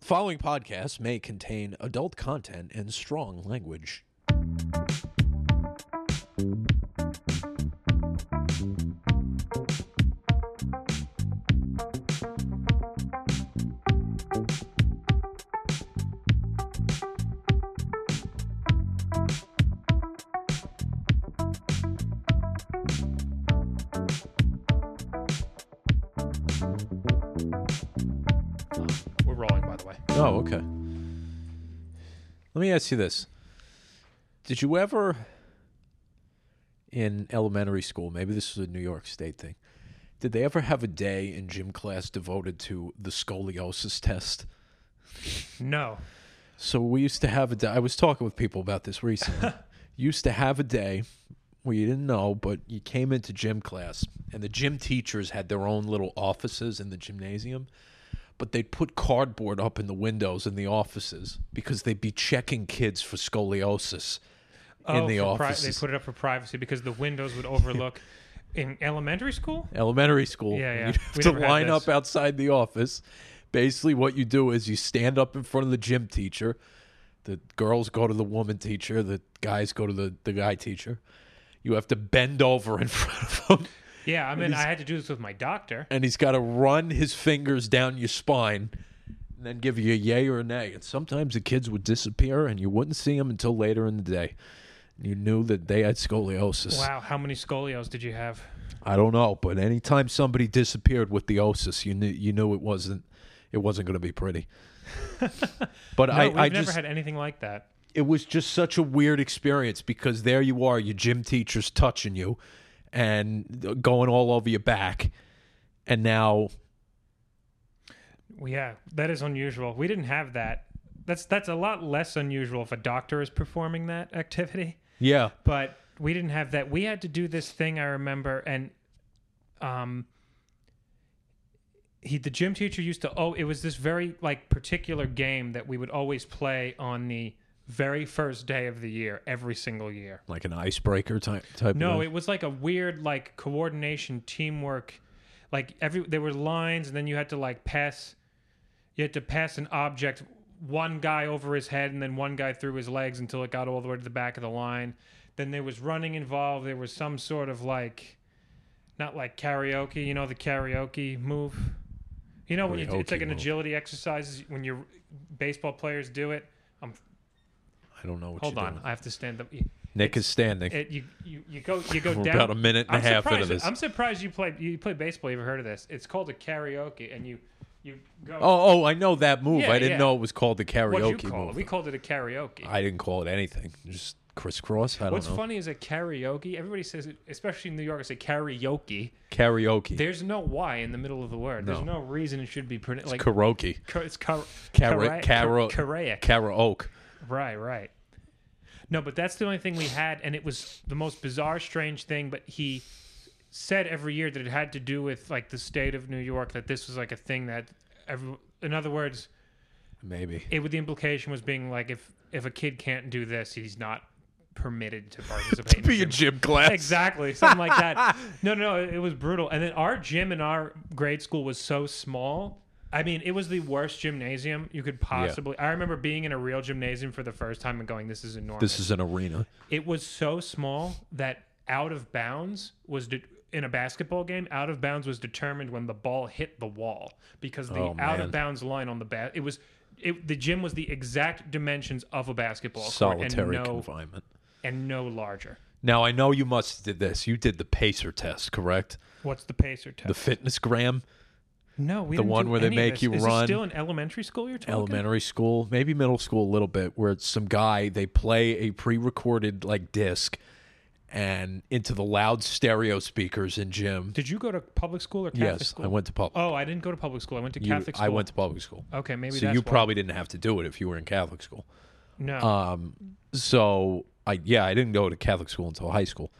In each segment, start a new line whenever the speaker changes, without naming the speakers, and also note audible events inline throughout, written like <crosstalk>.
Following podcasts may contain adult content and strong language.
We're rolling, by the way.
Oh, okay. Let me ask you this. Did you ever in elementary school, maybe this was a New York State thing, did they ever have a day in gym class devoted to the scoliosis test?
No.
So we used to have a day. I was talking with people about this
<laughs>
recently. used to have a day where you didn't know, but you came into gym class, and the gym teachers had their own little offices in the gymnasium. But they'd put cardboard up in the windows in the offices because they'd be checking kids for scoliosis in the
Oh, for pri-
offices.
they put it up for privacy because the windows would
<laughs>
overlook. in elementary school,
Elementary school.
Yeah, yeah.
You'd have
We
to
never had
line
this.
up outside the office. Basically, what you do is you stand up in front of the gym teacher. The girls go to the woman teacher. The guys go to the, the guy teacher. You have to bend over in <laughs> front of him,
yeah. I mean, I had to do this with my doctor.
and he's got to run his fingers down your spine and then give you a yay or a nay. And sometimes the kids would disappear, and you wouldn't see them until later in the day. You knew that they had scoliosis.
Wow, how many scolios did you have?
I don't know, but anytime somebody disappeared with the osis, you knew you knew it wasn't it wasn't going to be
<laughs>
pretty. but
No, we've
I, I
never
just
had anything like that.
it was just such a weird experience because there you are, your gym teacher's touching you and going all over your back, and now
Well, Yeah, that is unusual. We didn't have that. That's that's a lot less unusual if a doctor is performing that activity.
yeah,
But we didn't have that. We had to do this thing I remember, and um, he the gym teacher used to. Oh, it was this very like particular game that we would always play on the very first day of the year, every single year.
like an icebreaker type type.
No,
of
it was like a weird like coordination teamwork. Like every there were lines and then you had to like pass you had to pass an object one guy over his head and then one guy through his legs until it got all the way to the back of the line. Then there was running involved. There was some sort of like not like karaoke, you know the karaoke move. You know when you, it's
Karaoke
like an
move.
agility exercise when your baseball players do it. I'm
I don't know what.
hold
you're
on,
doing.
I have to stand up.
Nick is standing.
It, you, you you go you go
<laughs> We're
down
about a minute and a half into
surprised-
this.
I'm surprised you play you play baseball. You've ever heard of this? It's called a karaoke, and you you go.
oh, oh, I know that move.
Yeah,
I didn't
yeah.
know it was called the karaoke
what did you call
move.
it? We called it a karaoke.
I didn't call it anything. Just crisscross. I don't
What's
know.
funny is a karaoke. Everybody says, it, especially in New York, I say karaoke.
Karaoke.
There's no y in the middle of the word. There's
No.
no reason it should be pronounced like
karaoke.
ca- it's car,
Cara-
cara-
cara-
caraic.
Karaoke.
Right, right. No, but that's the only thing we had, and it was the most bizarre, strange thing. But he said every year that it had to do with like the state of New York, that this was like a thing that, every, in other words,
Maybe.
it would the implication was being like if if a kid can't do this, he's not permitted
<laughs>
to participate. in
Be a
gym.
gym <laughs> class.
Exactly, something like that. No, no, no, it was brutal. And then our gym in our grade school was so small. I mean, it was the worst gymnasium you could possibly. I remember being in a real gymnasium for the first time and going, "This is enormous."
This is an arena.
it was so small that out of bounds was de- in a basketball game. Out of bounds was determined when the ball hit the wall because the
Oh,
out
man.
of bounds line on the bat. It was it, the gym was the exact dimensions of a basketball
Solitary
court and no
confinement.
and no larger.
Now I know you must have did this. You did the pacer test, correct?
What's the pacer test?
The fitness gram,
no, we
the
didn't
one
do
where they
any of
make
this.
you
Is
run.
This still in elementary school, you're talking.
elementary school, maybe middle school a little bit, where it's some guy they play a pre-recorded like disc and into the loud stereo speakers in gym.
Did you go to public school or Catholic
Yes,
school?
I went to public.
Oh, I didn't go to public school. I went to
you-
Catholic school.
I went to public school.
Okay, maybe
so
that's
you
why.
probably didn't have to do it if you were in Catholic school.
no.
Um, so I yeah, I didn't go to Catholic school until high school,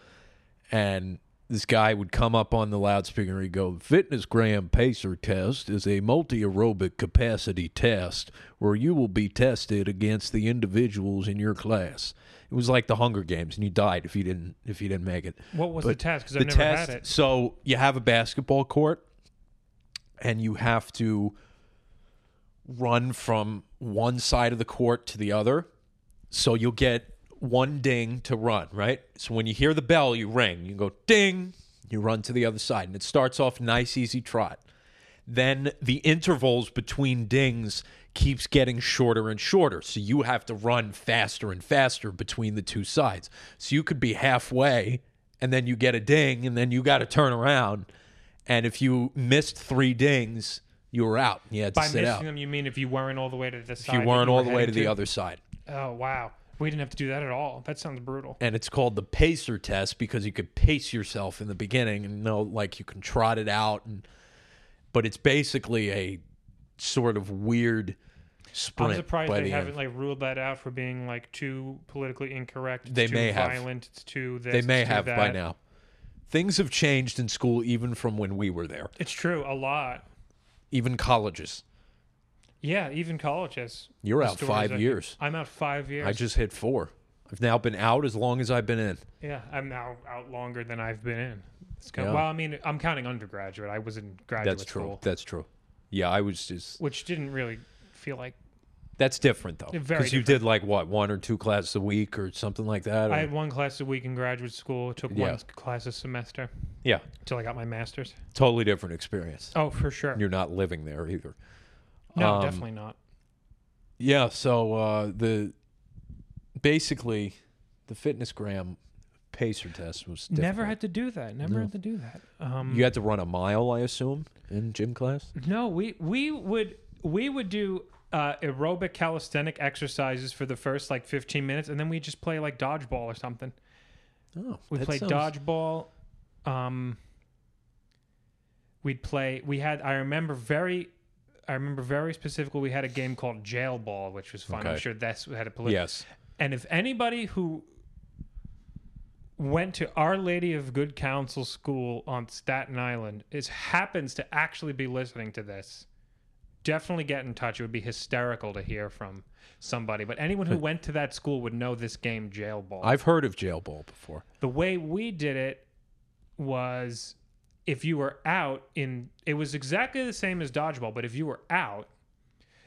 and this guy would come up on the loudspeaker and he'd go, "Fitness Gram Pacer Test is a multi-aerobic capacity test where you will be tested against the individuals in your class." It was like the Hunger Games, and you died if you didn't if you didn't make it.
what was the test? Because
The
I've never
test.
had it.
So you have a basketball court, and you have to run from one side of the court to the other. So you'll get one ding to run, right? So when you hear the bell, you ring, you go ding, you run to the other side. And it starts off nice, easy trot. Then the intervals between dings keeps getting shorter and shorter. So you have to run faster and faster between the two sides. So you could be halfway and then you get a ding and then you got to turn around. And if you missed three dings, you were out. You had to
By
sit
missing
out.
them, you mean if you weren't all the way to the
If
side?
you
that
weren't
were
all the way to
heading
the other side.
Oh wow, we didn't have to do that at all. That sounds brutal.
and it's called the pacer test because you could pace yourself in the beginning and know like you can trot it out and but it's basically a sort of weird sprint
I'm surprised
by
they
the
haven't
end.
like ruled that out for being like too politically incorrect. It's
They
too
may have.
violent. It's too. This,
they may
it's too
have by
that.
now things have changed in school even from when we were there
It's true a lot.
even colleges
Yeah, even colleges.
You're
The
out
stories
five
I-
years.
I'm out five years.
i just hit four i've now been out as long as i've been in
yeah, I'm now out longer than I've been in. It's kind
Yeah.
of, well, I mean, I'm counting undergraduate. I was in graduate
that's true
school,
that's true yeah i was just
which didn't really feel like
that's different though
Very
because you did like what one or two classes a week or something like that or-
I had one class a week in graduate school. Took
Yeah.
one class a semester
yeah
until I got my master's.
totally different experience
Oh, for sure.
you're not living there either.
No,
Um,
definitely not.
Yeah, so uh, the basically the fitness gram pacer test was difficult.
Never had to do that. Never had to do that. Um,
you had to run a mile, I assume, in gym class.
No, we we would we would do uh, aerobic calisthenic exercises for the first like 15 minutes, and then we just play like dodgeball or something.
Oh,
Mm-hmm. We
that
played
sounds-
dodgeball. Um, we'd play. We had. I remember very. I remember very specifically. We had a game called Jail Ball, which was fun. I'm
Okay.
sure that's had a political.
Yes,
And if anybody who went to Our Lady of Good Counsel School on Staten Island is happens to actually be listening to this, definitely get in touch. It would be hysterical to hear from somebody. But anyone who went to that school would know this game, Jail Ball.
I've heard of jail ball before.
the way we did it was if you were out in it was exactly the same as dodgeball but if you were out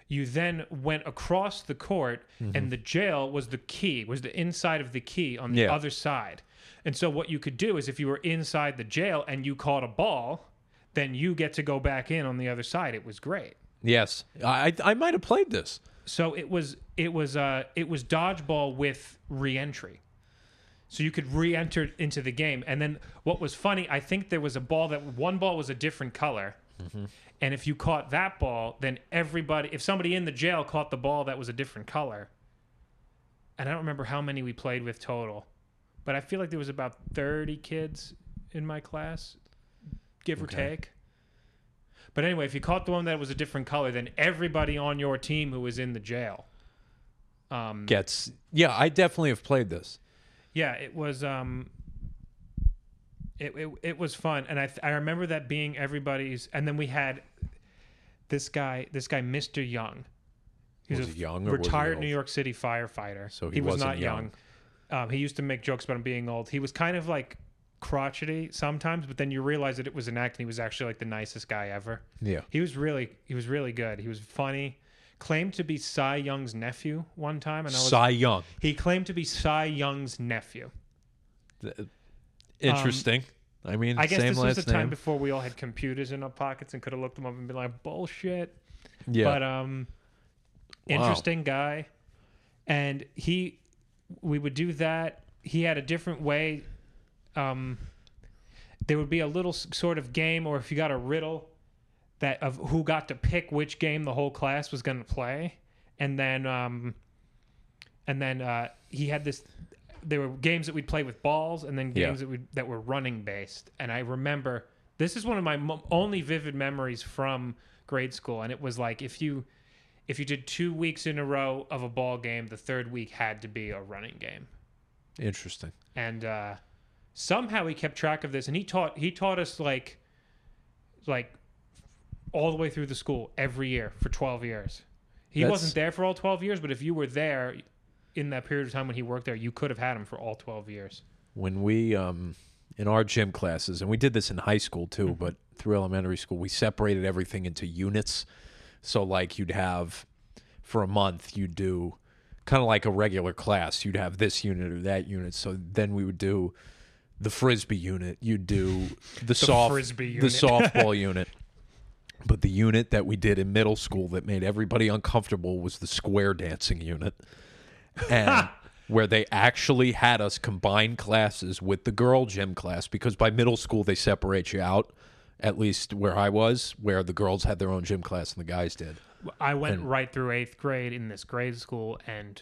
you then went across the court and the jail was the key was the inside of the key on the
Yeah.
other side and so what you could do is if you were inside the jail and you caught a ball then you get to go back in on the other side it was great
Yes, I I, I might have played this.
so it was it was uh it was dodgeball with reentry. So you could re-enter into the game, and then what was funny? I think there was a ball that one ball was a different color, and if you caught that ball, then everybody, if somebody in the jail caught the ball that was a different color, and I don't remember how many we played with total, but I feel like there was about thirty kids in my class, give or
Okay.
take. But anyway, if you caught the one that was a different color, then everybody on your team who was in the jail. Um,
Gets yeah, I definitely have played this.
yeah, it was. Um, it, it it was fun, and I I remember that being everybody's. And then we had this guy, this guy, Mister Young. He's
Was he young or was he
retired
old?
New York City firefighter.
So he
was
wasn't
not young. Um, he used to make jokes about him being old. He was kind of like crotchety sometimes, but then you realize that it was an act, and he was actually like the nicest guy ever.
Yeah,
He was really he was really good. He was funny. Claimed to be Cy Young's nephew one time, and I was
Cy Young.
he claimed to be Cy Young's nephew.
Th- Interesting. I mean,
Um, I guess
same
this was
last
the time
name.
before we all had computers in our pockets and could have looked them up and been like, bullshit.
yeah,
But um interesting guy. And he we would do that. He had a different way. Um there would be a little s- sort of game or if you got a riddle that of who got to pick which game the whole class was going to play and then um and then uh he had this there were games that we'd play with balls and then
Yeah.
games that we that were running based and i remember this is one of my mo- only vivid memories from grade school and it was like if you if you did two weeks in a row of a ball game the third week had to be a running game
interesting.
and uh, somehow he kept track of this and he taught he taught us like like all the way through the school every year for 12 years he
That's-
wasn't there for all 12 years but if you were there in that period of time when he worked there you could have had him for all 12 years
when we um in our gym
Mm-hmm.
classes and we did this in high school too but through elementary school we separated everything into units So like you'd have for a month you'd do kind of like a regular class. You'd have this unit or that unit. So then we would do the frisbee unit. You'd
<laughs>
do the, soft
frisbee
the
unit. <laughs>
softball unit. But the unit that we did in middle school that made everybody uncomfortable was the square dancing unit. And where they actually had us combine classes with the girl gym class because by middle school they separate you out, at least where I was, where the girls had their own gym class and the guys did.
I went right through eighth grade in this grade school, and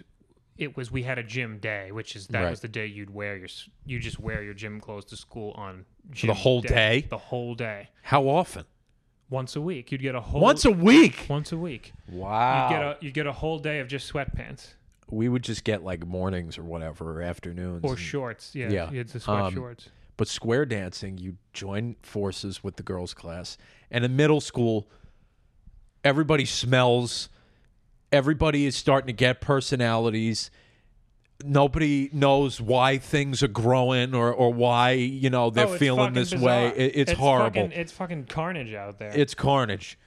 it was we had a gym day, which is that
Right.
was the day you'd wear your s- you just wear your gym clothes to school on gym
whole day?
the whole day,
How often?
once a week. You'd get a whole
Once a week.
once a week.
Wow.
You'd get a you get a whole day of just sweatpants
we would just get like mornings or whatever or afternoons.
or
and-
shorts. Yeah,
Hmm. Yeah.
you had the sweat
Um,
shorts.
but square dancing, you join forces with the girls' class. And in middle school, everybody smells, everybody is starting to get personalities. Nobody knows why things are growing or, or why, you know, they're
Oh, it's
feeling
fucking
this
bizarre.
way. It- it's, horrible.
Fucking, it's fucking carnage out there.
it's carnage.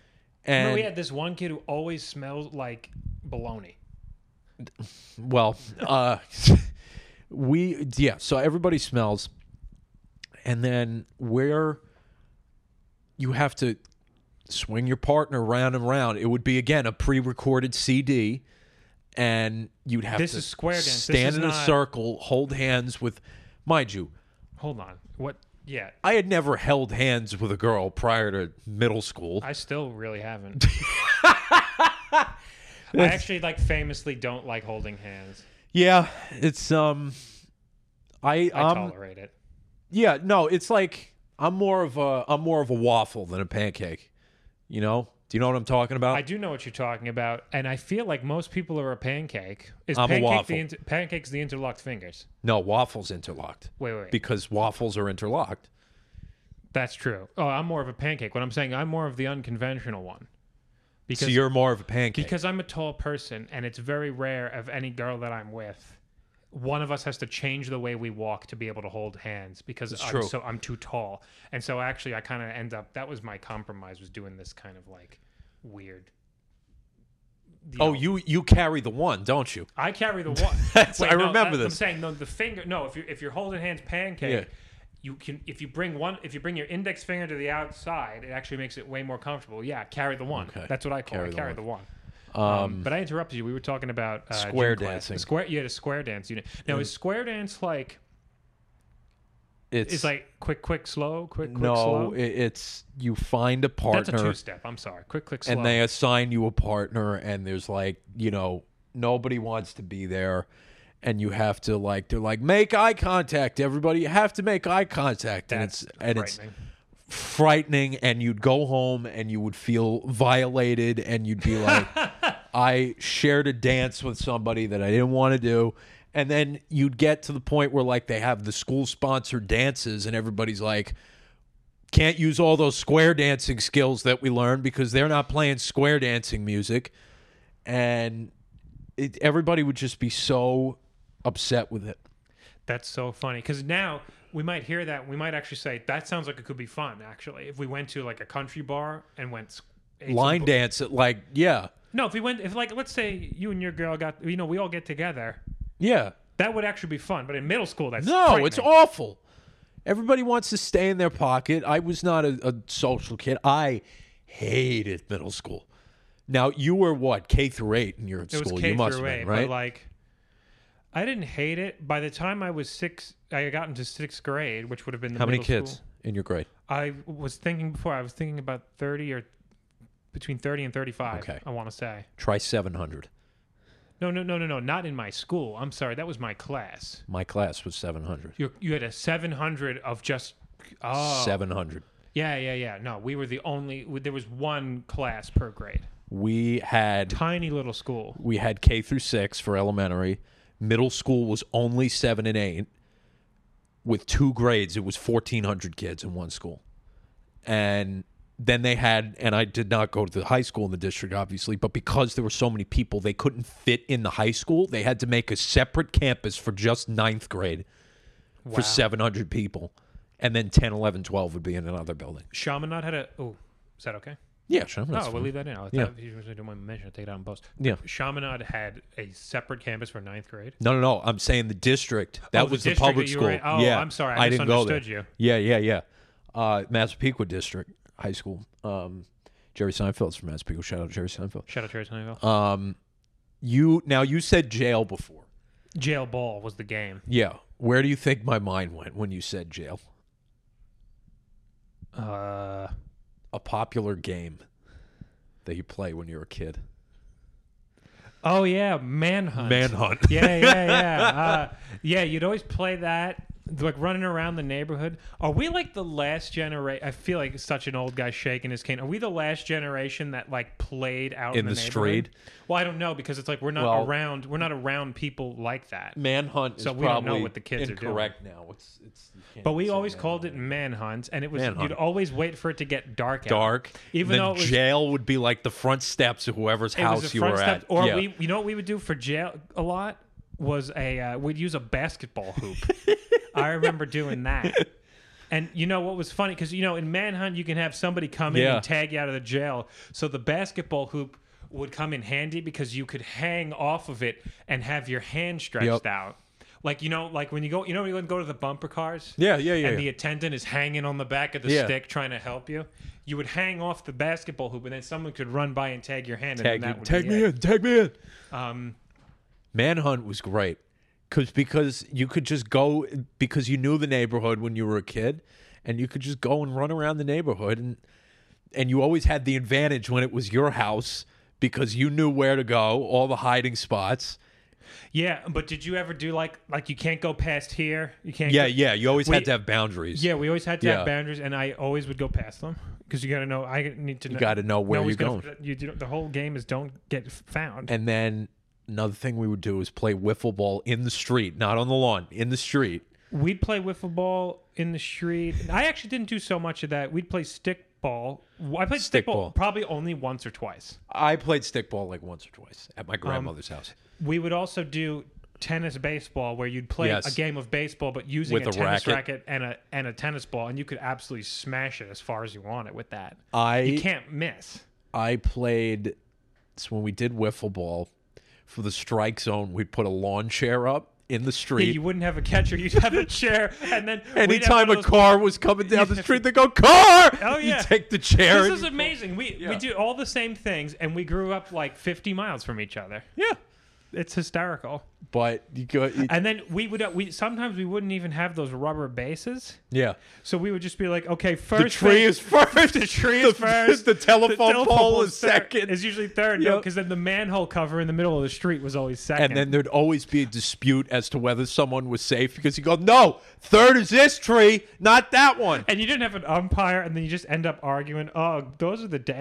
Remember
And
we had this one kid who always smelled like baloney.
Well, uh, <laughs> we yeah. So everybody smells, and then where you have to swing your partner round and round. It would be again a pre-recorded CD, and you'd have
This
to
is square dance. This
stand
is
in a
not-
circle, hold hands with, mind you.
Hold on, what? Yeah,
I had never held hands with a girl prior to middle school.
I still
<laughs>
really haven't. I actually like famously don't like holding hands.
yeah, it's um, I
I
um,
tolerate it.
Yeah, no, it's like I'm more of a I'm more of a waffle than a pancake. You know? Do you know what I'm talking about?
I do know what you're talking about, and I feel like most people are a pancake. Is
I'm a
pancake
waffle.
the inter- pancake's the interlocked fingers?
no, waffles interlocked
Wait, wait, wait.
because waffles are interlocked.
that's true. Oh, I'm more of a pancake. What I'm saying, I'm more of the unconventional one.
so you're more of a pancake.
because I'm a tall person, and it's very rare of any girl that I'm with. One of us has to change the way we walk to be able to hold hands because I'm
true.
so I'm too tall, and so actually I kind of end up. That was my compromise was doing this kind of like weird.
oh,
know,
you you carry the one, don't you?
I
<laughs>
carry the one.
That's- I
no,
remember
that-
this.
I'm saying no, the finger. No, if you if you're holding hands pancake,
Yeah.
you can if you bring one if you bring your index finger to the outside, it actually makes it way more comfortable. Yeah, carry the one.
Okay.
That's what I call
Carry
it.
the
Carry
one.
the one. Um, but I interrupted you. We were talking about uh,
Square
gym class.
dancing. Mm.
The Square. You had a square dance unit. Now is square dance like
It's,
is like quick, quick, slow, quick, quick,
no,
slow.
it, it's you find a
That's a
partner
two step. I'm sorry. Quick, quick, slow.
and they assign you a partner and there's like, you know, nobody wants to be there and you have to like they're like make eye contact everybody you have to make eye contact
That's
and it's and it's
frightening.
frightening and you'd go home and you would feel violated and you'd be like I shared a dance with somebody that I didn't want to do and then you'd get to the point where like they have the school sponsored dances and everybody's like can't use all those square dancing skills that we learned because they're not playing square dancing music and it, everybody would just be so upset with it
That's so funny because now we might hear that. We might actually say that sounds like it could be fun. Actually, if we went to like a country bar and went s- ate some
line
bu-
dance it like yeah
No, if we went, if like let's say you and your girl got, you know, we all get together,
yeah
that would actually be fun. But in middle school, that's
No, it's
frightening.
awful. Everybody wants to stay in their pocket. I was not a, a social kid. I hated middle school. Now you were what K through eight in your
It was
school.
K
you must
through
have
eight,
been,
but
right?
like, I didn't hate it. By the time I was six, I had gotten to sixth grade, which would have been the
How many
middle
kids
school.
in your grade?
I was thinking before. I was thinking about thirty or between thirty and thirty-five.
Okay.
I want to say.
Try seven hundred.
No, no, no, no, no. Not in my school. I'm sorry. That was my class.
My class was seven hundred.
You you had a 700 of just oh
Seven hundred.
yeah yeah yeah no we were the only there was one class per grade
We had
tiny little school
we had K through six for elementary. Middle school was only seven and eight. With two grades, it was fourteen hundred kids in one school, and then they had. And I did not go to the high school in the district, obviously, but because there were so many people, they couldn't fit in the high school. They had to make a separate campus for just ninth grade for seven hundred people, and then 10, 11, 12 would be in another building.
Chaminade had a oh is that okay
Yeah, sure.
oh, we'll leave that in. I'll
Yeah.
I'll usually do my mission. I'll take it out in post.
Yeah.
Chaminade had a separate campus for ninth grade.
No, no, no. I'm saying the district. That
Oh, the
was the
district
public
that you
school.
were in. Oh,
yeah.
I'm sorry. I
didn't go there.
misunderstood
Yeah, yeah, yeah. Uh, Massapequa District High School. Um, Jerry Seinfeld's from Massapequa. Shout out Jerry Seinfeld.
Shout out to Sunnyvale.
Um, you now you said jail before.
Jail ball was the game.
Yeah. Where do you think my mind went when you said jail?
Uh,
A popular game that you play when you're a kid.
oh yeah, manhunt.
Manhunt.
<laughs> yeah, yeah, yeah.
<laughs>
Uh, yeah, you'd always play that, like running around the neighborhood. Are we like the last generation? I feel like such an old guy shaking his cane. Are we the last generation that like played out in,
In the
neighborhood?
street?
Well, I don't know because it's like we're not
Well-
around. We're not around people like that.
Manhunt
So
is
we don't know
probably
what the kids are doing.
incorrect now. It's it's. you can't
But we
say
always
manhunt.
called it manhunt, and it was
Manhunt.
you'd always wait for it to get dark. out.
dark.
Even
Even
though
then
it was-
jail would be like the front steps of whoever's
It was
house
a
you
front
were
step-
at.
Or
yeah.
we, you know what we would do for jail a lot was a uh, we'd use a
<laughs>
basketball hoop. I remember doing that. And you know what was funny because you know in manhunt you can have somebody come in
Yeah.
and tag you out of the jail. So the basketball hoop would come in handy because you could hang off of it and have your hand stretched
Yep.
out. Like you know, like when you go, you know, when you go to the bumper cars.
Yeah, yeah, yeah,
And
yeah.
the attendant is hanging on the back of the
Yeah.
stick trying to help you. You would hang off the basketball hoop, and then someone could run by and tag your hand. and
tag
then
you,
that would
tag
be
me
it.
in, tag me in.
Um,
Manhunt was great, cause because you could just go because you knew the neighborhood when you were a kid, and you could just go and run around the neighborhood, and and you always had the advantage when it was your house because you knew where to go, all the hiding spots.
yeah, but did you ever do like like you can't go past here? You can't.
Yeah,
go-
yeah. You always
We-
had to have boundaries.
yeah. We always had to
Yeah.
have boundaries, and I always would go past them because you got to know. I need to. know.
gotta know where
no one's
you're
gonna- you do- the whole game is don't get found.
And then another thing we would do is play wiffle ball in the street, not on the lawn, in the street.
We'd play wiffle ball in the street. I actually didn't do so much of that. We'd play stick ball. I played stick,
Stick
ball
ball.
probably only once or twice.
I played stickball like once or twice at
Um,
my grandmother's house.
We would also do tennis baseball where you'd play
Yes.
a game of baseball but using
With
a
a
tennis racket.
racket.
and a and a tennis ball and you could absolutely smash it as far as you want it with that. you
I
can't miss.
I played so when we did wiffle ball for the strike zone, we'd put a lawn chair up in the
Yeah,
street.
you wouldn't have a catcher, you'd have a chair and then we'd have
Anytime
one
a
of those-
car was coming down the street, they go car.
Oh, yeah.
You take the chair.
This
and
is
you-
amazing. We we
Yeah.
do all the same things and we grew up like 50 miles from each other.
yeah,
It's hysterical.
but you go. you-
And then we would uh, we sometimes we wouldn't even have those rubber bases.
yeah,
So we would just be like, okay, first
the tree
thing-
is first.
<laughs> the tree is first.
<laughs> The telephone,
telephone
pole is
third-
second.
Is usually third, no,
Yep.
because then the manhole cover in the middle of the street was always second.
and then there'd always be a dispute as to whether someone was safe because you go, no, third is this tree, not that one.
and you didn't have an umpire, and then you just end up arguing. Oh, those are the days.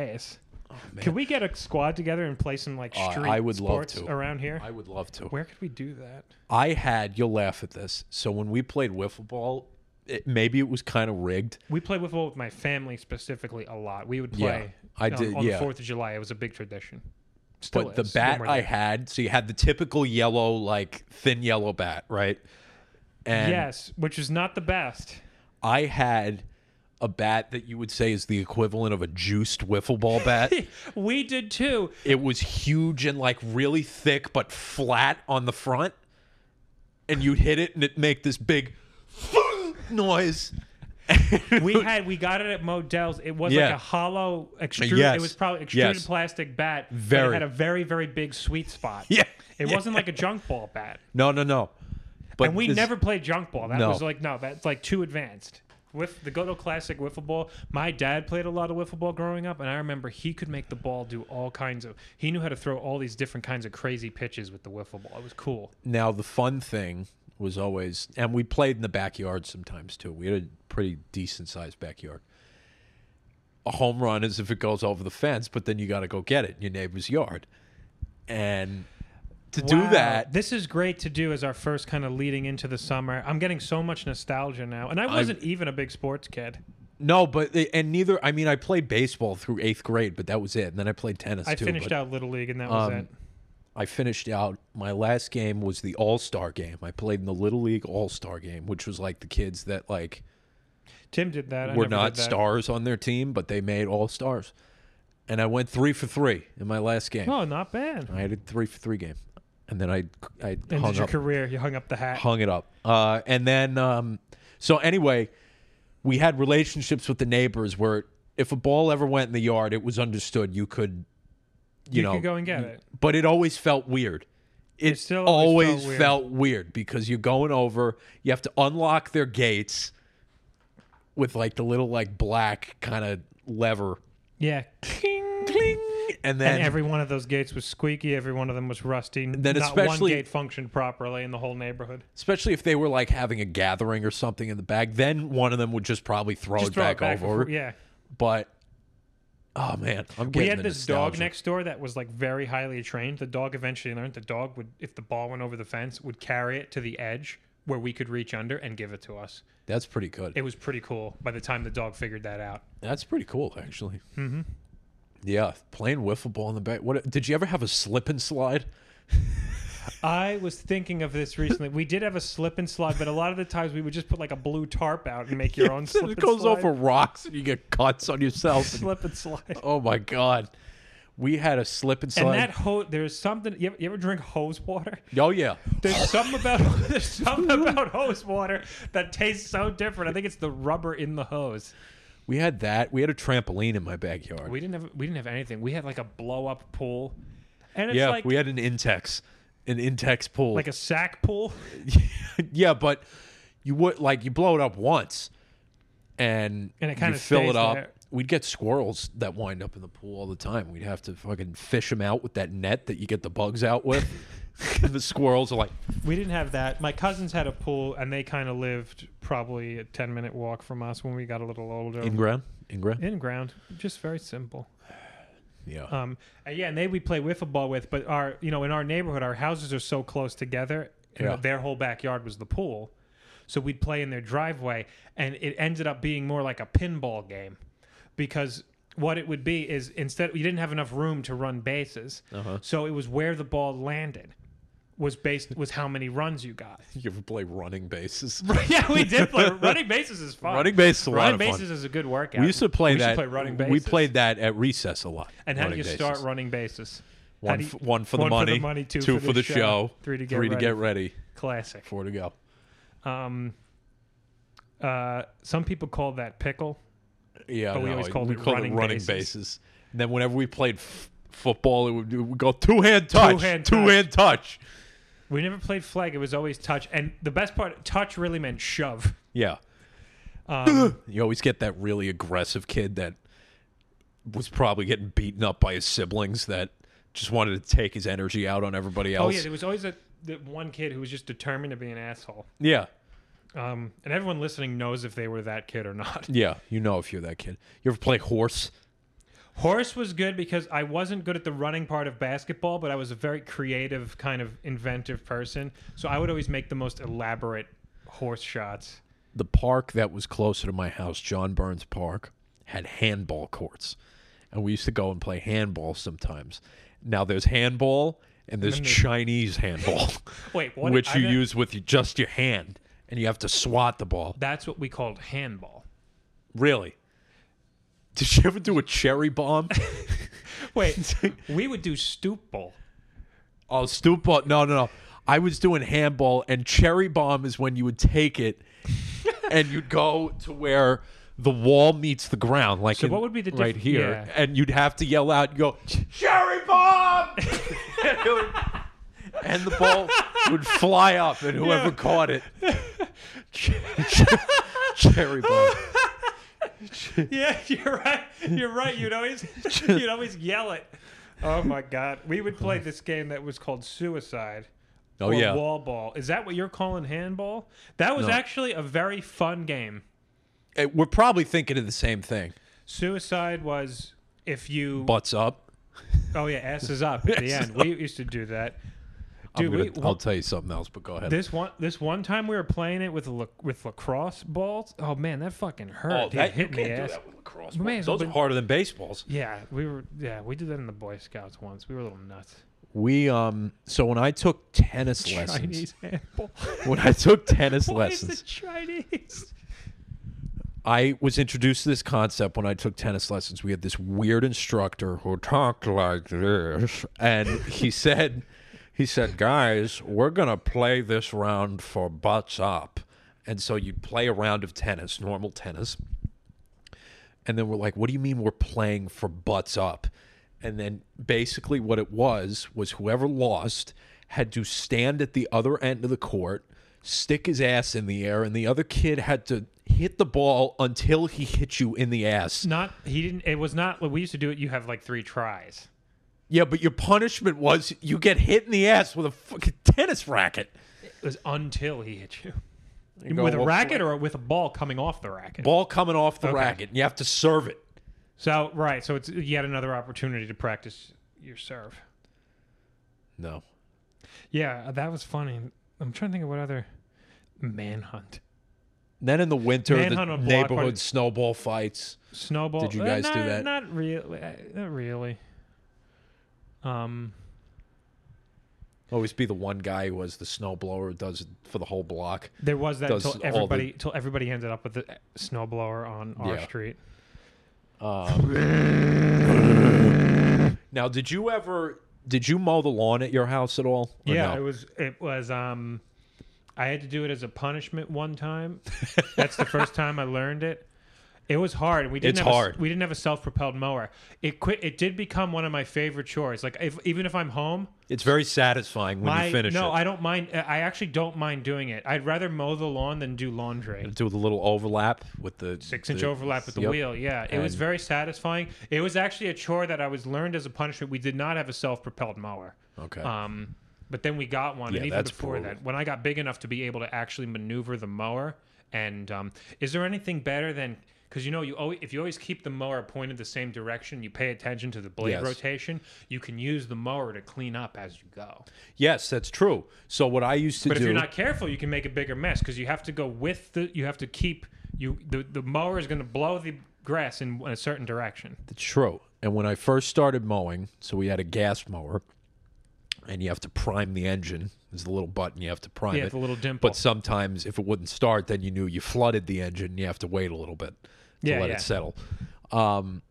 Can we get a squad together and play some like
Uh,
street
Oh, I would love
sports
to.
around here?
I would love to.
Where could we do that?
I had, you'll laugh at this. So when we played wiffle ball, it, maybe it was kind of rigged.
We played wiffle with my family specifically a lot. We would play.
Yeah, I
on-
did-
on
yeah.
the Fourth of July. It was a big tradition. Still
But the
is when
bat
we're
I
there.
had, so you had the typical yellow, like thin yellow bat, right? And
yes, which is not the best.
I had a bat that you would say is the equivalent of a juiced wiffle ball bat.
<laughs> We did too.
It was huge and like really thick, but flat on the front. And you'd hit it, and it'd make this big <laughs> noise.
We had we got it at Modell's. It was like
Yeah.
a hollow extrude.
Yes.
It was probably extruded
Yes.
plastic bat. but It
Very.
had a very very big sweet spot.
<laughs> Yeah.
It
Yeah.
wasn't like a junk ball bat.
No, no, no. But
And we
this-
never played junk ball. That
No.
was like no, that's like too advanced. With the Goto Classic wiffle ball, my dad played a lot of wiffle ball growing up, and I remember he could make the ball do all kinds of. He knew how to throw all these different kinds of crazy pitches with the wiffle ball. It was cool.
Now the fun thing was always, and we played in the backyard sometimes too. We had a pretty decent sized backyard. A home run is if it goes over the fence, but then you got to go get it in your neighbor's yard. And to do
Wow.
that,
This is great to do as our first kind of leading into the summer. I'm getting so much nostalgia now, and I wasn't even a big sports kid.
no, but eh, and neither. I mean, I played baseball through eighth grade, but that was it. And then I played tennis
I
too.
finished
but
out little league, and that was
Um,
it.
I finished out. My last game was the All Star game. I played in the Little League All Star game, which was like the kids that like
Tim did that. I
were
never did
not
that.
stars on their team, but they made all stars. and I went three for three in my last game.
Oh, not bad.
I had a three for three game, and then I I
Ended
hung
your
up,
career. You hung up the hat.
hung it up. Uh, and then um, so anyway, we had relationships with the neighbors where if a ball ever went in the yard, it was understood you could, you,
You
know,
could go and get it.
But it always felt weird. It,
still always
always,
felt weird.
felt weird because you're going over, you have to unlock their gates with like the little like black kind of lever,
Yeah. Cling, cling.
and then
And every one of those gates was squeaky. Every one of them was rusty.
then
Not one
especially-
gate functioned properly in the whole neighborhood.
especially if they were like having a gathering or something in the back, then one of them would just probably throw,
Just
it,
throw
back over.
before- Yeah.
But oh man, I'm getting
We had
the
this
nostalgia.
dog next door that was like very highly trained. The dog eventually learned the dog would, if the ball went over the fence, would carry it to the edge where we could reach under and give it to us.
That's pretty good.
It was pretty cool by the time the dog figured that out.
That's pretty cool, actually. Mm-hmm. Yeah, playing wiffle ball in the back. What did you ever have a slip and slide?
I was thinking of this recently. We did have a slip and slide, but a lot of the times we would just put like a blue tarp out and make
<laughs>
your own slip
it
and
goes
slide.
over rocks and you get cuts on yourself.
slip and <laughs> slide.
<laughs> oh my god, we had a slip and
And
slide.
that hose, there's something. You ever, you ever drink hose water?
oh yeah,
There's something about <laughs> there's something about hose water that tastes so different. I think it's the rubber in the hose.
we had that. We had a trampoline in my backyard.
We didn't have we didn't have anything. We had like a blow up pool, and it's
yeah,
like
we had an Intex, an Intex pool.
like a sack pool.
<laughs> yeah, but you would like you blow it up once, and
And it
you
kinda
fill
stays
it up.
there.
We'd get squirrels that wind up in the pool all the time. We'd have to fucking fish them out with that net that you get the bugs out with. <laughs> the squirrels are like,
We didn't have that. My cousins had a pool, and they kind of lived probably a ten minute walk from us when we got a little older.
in ground, in ground.
in ground, just very simple.
Yeah.
Um, and yeah, and they we play wiffle ball with, but our you know in our neighborhood our houses are so close together, and
Yeah.
their whole backyard was the pool, so we'd play in their driveway, and it ended up being more like a pinball game, because what it would be is instead we didn't have enough room to run bases,
Uh-huh.
so it was where the ball landed, was based was how many runs
<laughs>
you got.
<laughs>
<laughs>
you ever play running bases?
yeah, we did play running bases is fun.
Running bases is a lot
running
of fun.
bases is a good workout.
We used to play
we
that.
Should play running bases.
We played that at recess a lot.
And how do
running
you
bases.
start running bases? How
One,
do
f-
you-
one for the money,
two,
for, the show,
three to get
three
ready.
to get ready,
Classic.
four to go.
Um, uh, some people call that pickle.
Yeah,
But we
no,
always called
we
it
called
running bases.
And then whenever we played f- football, it would, it would go two hand touch,
Two-hand
two-hand touch.
We never played flag. It was always touch. And the best part, touch really meant shove.
Yeah, <gasps>
Um,
you always get that really aggressive kid that was probably getting beaten up by his siblings that just wanted to take his energy out on everybody
oh
else.
yeah, there was always a, the one kid who was just determined to be an asshole.
yeah,
Um, and everyone listening knows if they were that kid or not. <laughs>
yeah. You know if you're that kid. You ever play horse?
Horse was good because I wasn't good at the running part of basketball, but I was a very creative, kind of inventive person. So I would always make the most elaborate horse shots.
the park that was closer to my house, John Burns Park, had handball courts. And we used to go and play handball sometimes. Now there's handball and there's Chinese handball,
<laughs> Wait, what?
which
I
you
meant-
use with your- just your hand and you have to swat the ball.
That's what we
<laughs>
called handball.
Really? Did you ever do a cherry
<laughs>
bomb?
Wait, we would do stoop ball.
oh, stoop ball. No, no, no. I was doing handball, and cherry bomb is when you would take
<laughs>
it and you'd go to where the wall meets the ground, like
So
in-
what would be the diff-
right here,
yeah.
and you'd have to yell out, you go cherry
<laughs>
bomb, And it would- and the ball would fly up, and whoever caught
<laughs>
it, cherry bomb.
<laughs> Yeah, you're right. You're right. You'd always <laughs> you'd always yell it. Oh my god, we would play this game that was called suicide.
Oh
or
yeah,
wall ball. Is that what you're calling handball? That was
No.
actually a very fun game.
Eh, we're probably thinking of the same thing.
Suicide was if you.
Butts up.
Oh yeah, asses up
<laughs>
at the end. We used to do that.
I'm
Dude,
gonna-
we,
I'll tell you something else, but go ahead.
this one this one time we were playing it with la, with lacrosse balls. Oh man, that fucking hurt.
Oh,
dude.
that
hit
you
me
can't do
ass.
that with lacrosse
may
balls.
as well
Those are
be-
harder than baseballs.
Yeah, we were. Yeah, we did that in the Boy Scouts once. We were little nuts.
We um. So when I took
<laughs>
tennis lessons,
Chinese handball. <laughs>
when I took tennis
Why is the
lessons,
Chinese?
I was introduced to this concept when I took tennis lessons. We had this weird instructor who talked like this, and he <laughs> said, "He said, guys, we're gonna play this round for butts up." And so you'd play a round of tennis, normal tennis, and then we're like, "What do you mean we're playing for butts up?" And then basically, what it was was whoever lost had to stand at the other end of the court, stick his ass in the air, and the other kid had to hit the ball until he hit you in the ass.
Not he didn't. It was not. We used to do it. You have like three tries.
Yeah, but your punishment was you get hit in the ass with a fucking tennis racket.
It was until he hit you
You go,
with a
"Well,
racket or with a ball coming off the racket.
Ball coming off the racket, and you have to serve it.
So right. So it's yet another opportunity to practice your serve.
No.
Yeah, that was funny. I'm trying to think of what other manhunt,
Then in the winter,
Manhunt
the
on block
neighborhood
party.
snowball fights.
snowball.
Did you
uh,
guys do
not-
that?
Not really. uh, Not really. Um.
Always be the one guy who has the snowblower who does it for the whole block.
There was that
Does
until
all the-
everybody till everybody ended up with the snowblower on our
Yeah.
street.
Um,
<laughs>
Now, did you ever did you mow the lawn at your house at all? or
Yeah,
no?
it was it was um I had to do it as a punishment
<laughs>
one time. That's the first time I learned it. It was hard. We didn't
It's
have a-
hard.
we didn't have a self-propelled mower. It quit it did become one of my favorite chores. Like if even if I'm home,
it's very satisfying when
my
you finish
no,
it.
I don't mind I actually don't mind doing it. I'd rather mow the lawn than do laundry.
do the little overlap with the
six inch
the-
overlap with the
Yep.
wheel. Yeah, it was
And-
very satisfying. It was actually a chore that I was learned as a punishment. We did not have a self propelled mower.
Okay.
Um, but then we got one,
Yeah,
and even
that's
before
brutal.
that, when I got big enough to be able to actually maneuver the mower, and um, is there anything better than? Because you know, you always, if you always keep the mower pointed the same direction, you pay attention to the blade
Yes.
rotation. You can use the mower to clean up as you go.
Yes, that's true. So what I used to
But
do
if you're not careful, you can make a bigger mess because you have to go with the. You have to keep you. The the mower is going to blow the grass in a certain direction.
It's true. And when I first started mowing, so we had a gas mower, and you have to prime the engine. There's a little button you have to prime
Yeah,
it.
the little dimple.
But sometimes, if it wouldn't start, then you knew you flooded the engine. You have to wait a little bit to
Yeah,
let
yeah.
it settle. Um,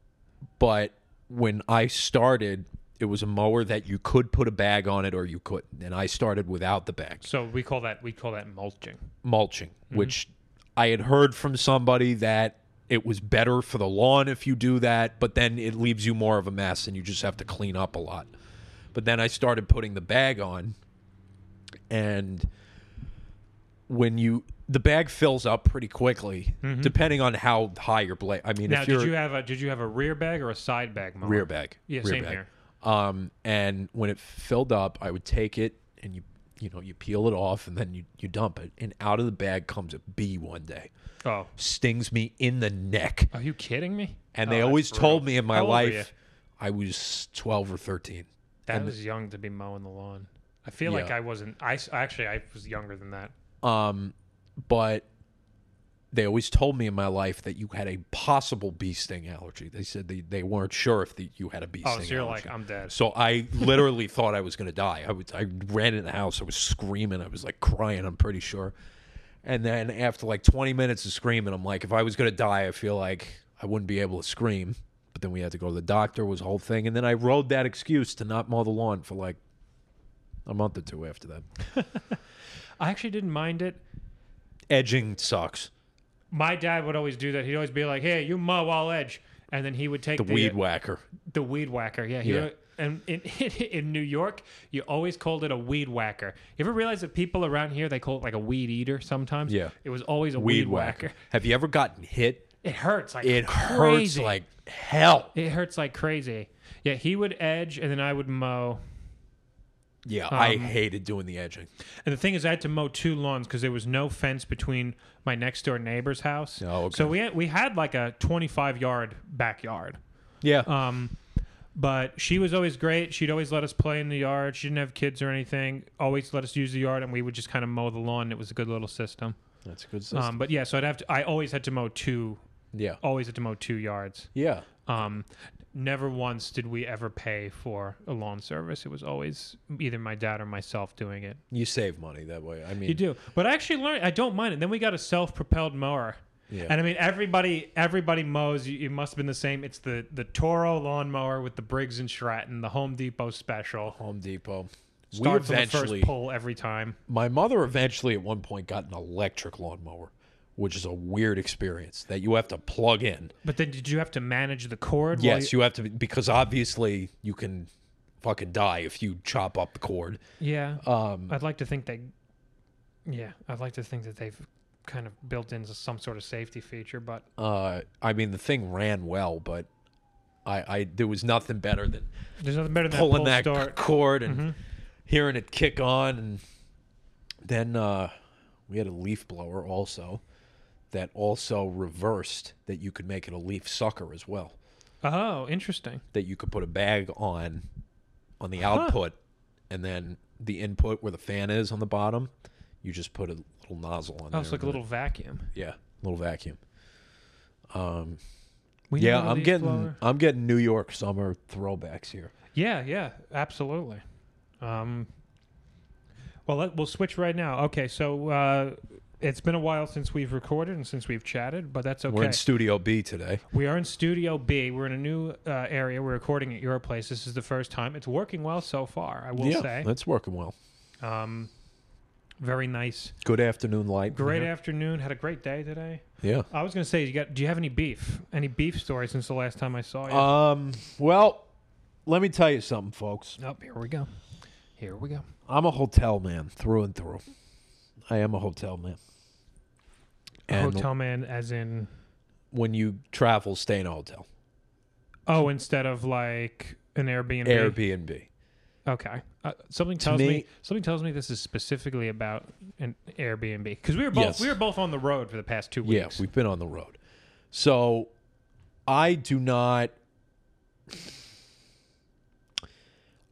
but when I started, it was a mower that you could put a bag on it or you couldn't. And I started without the bags
so we call that we call that mulching.
mulching,
Mm-hmm.
which I had heard from somebody that it was better for the lawn if you do that, but then it leaves you more of a mess and you just have to clean up a lot. But then I started putting the bag on, and when you the bag fills up pretty quickly, depending on how high your blade. I mean,
Mm-hmm. Now,
if you're
did you have a did you have a rear bag or a side bag mower?
rear bag,
Yeah,
rear
same
bag.
here.
Um, and when it filled up, I would take it and you you know you peel it off and then you you dump it, and out of the bag comes a bee one day
Oh,
stings me in the neck.
are you kidding me?
And
Oh,
they
that's
always
brutal.
told me in my
How old were you?
life, I was 12 or 13.
that was young to be mowing the lawn. I feel like
Yeah.
I wasn't. I s- actually I was younger than that.
Um, but they always told me in my life that you had a possible bee sting allergy. They said they, they weren't sure if the, you had a bee
Oh,
sting
so you're
allergy.
like I'm dead.
so I literally <laughs> thought I was going to die. I, was, I ran in the house. I was screaming. I was like crying, I'm pretty sure. And then after like 20 minutes of screaming, I'm like, if I was going to die, I feel like I wouldn't be able to scream. But then we had to go to the doctor, was a whole thing. And then I rode that excuse to not mow the lawn for like a month or two after that.
I actually didn't mind it.
Edging sucks.
My dad would always do that. He'd always be like, "Hey, you mow, I'll edge," and then he would take
The
the, uh,
weed whacker.
the weed whacker. Yeah, he
Yeah.
wrote- and in, <laughs> in New York, you always called it a weed whacker. You ever realize that people around here they call it like a weed eater sometimes?
Yeah.
it was always a
Weed,
weed, whacker.
Have you ever gotten hit?
It hurts like
It hurts
crazy.
like hell.
it hurts like crazy. Yeah, he would edge, and then I would mow.
Yeah,
Um,
I hated doing the edging.
And the thing is, I had to mow two lawns because there was no fence between my next door neighbor's house.
Oh, okay.
So we had, we had like a twenty five yard backyard.
Yeah.
Um, but she was always great. She'd always let us play in the yard. She didn't have kids or anything. Always let us use the yard, and we would just kind of mow the lawn. It was a good little system.
That's a good system.
Um, but yeah, so I'd have to. I always had to mow two.
yeah.
Always had to mow two yards.
Yeah.
Um, never once did we ever pay for a lawn service. It was always either my dad or myself doing it.
You save money that way. I mean,
You do, but I actually learned. I don't mind it. Then we got a self-propelled mower.
Yeah.
And I mean everybody everybody mows. You- It must have been the same. It's the the Toro lawnmower with the Briggs and Stratton, the Home Depot special.
Home Depot.
Starts
we
on the first
eventually,
pull every time.
my mother eventually at one point got an electric lawnmower, which is a weird experience that you have to plug in.
But then did you have to manage the cord? while
Yes, you have to because obviously you can fucking die if you chop up the cord.
you- yeah.
Um,
I'd like to think they. Yeah, I'd like to think that they've kind of built in some sort of safety feature, but
uh, I mean the thing ran well, but I, I there was nothing better than
there's nothing better than a
pulling
pull
that
start.
cord
Mm-hmm.
and hearing it kick on, and then uh, we had a leaf blower also that also reversed that you could make it a leaf sucker as well.
Oh, interesting.
that you could put a bag on on the
Uh-huh.
output and then the input where the fan is on the bottom you just put a little nozzle on
Oh,
there
it's like a
and
little vacuum.
then- yeah little vacuum um
We need
yeah
one of
i'm
these
getting
blower.
i'm getting new york summer throwbacks here
Yeah, yeah, absolutely. Um, well, let, we'll switch right now. Okay, so uh, it's been a while since we've recorded and since we've chatted, but that's okay.
we're in studio b today
We are in Studio B. We're in a new uh, area. We're recording at your place. This is the first time. It's working well so far, I will
yeah
say.
that's working well
Um, very nice.
good afternoon light
Great afternoon. Had a great day today.
yeah
I was gonna say, you got? Do you have any beef? Any beef stories since the last time I saw you?
um well let me tell you something folks
oh, here we go. Here we go.
i'm a hotel man through and through i am a hotel man and
Hotel man, as in
when you travel stay in a hotel
oh, instead of like an Airbnb.
Airbnb.
Okay. Uh, something tells me,
me-
Something tells me this is specifically about an Airbnb because we were both
Yes.
we were both on the road for the past two
Yeah,
weeks.
we've been on the road. So I do not.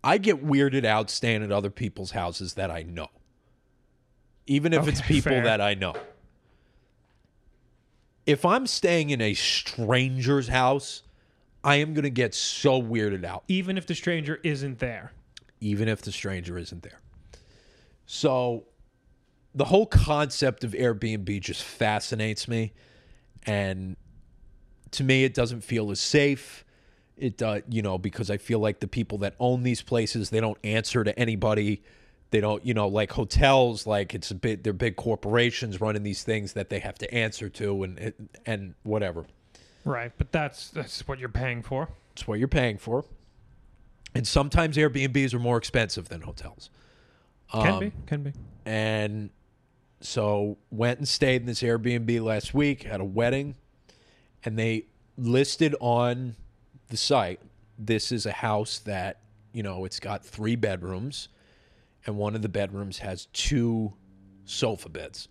I get weirded out staying at other people's houses that I know, even if it's
Okay,
people
fair.
that I know. If I'm staying in a stranger's house, I am going to get so weirded out.
Even if the stranger isn't there.
even if the stranger isn't there. So the whole concept of Airbnb just fascinates me and to me it doesn't feel as safe. It uh, you know because I feel like the people that own these places they don't answer to anybody. They don't you know like hotels like it's a bit they're big corporations running these things that they have to answer to and and whatever.
Right, but that's that's what you're paying for.
It's what you're paying for. And sometimes Airbnbs are more expensive than hotels.
Can
Um,
be, can be.
and so went and stayed in this Airbnb last week. Had a wedding, and they listed on the site this is a house that you know it's got three bedrooms, and one of the bedrooms has two sofa beds.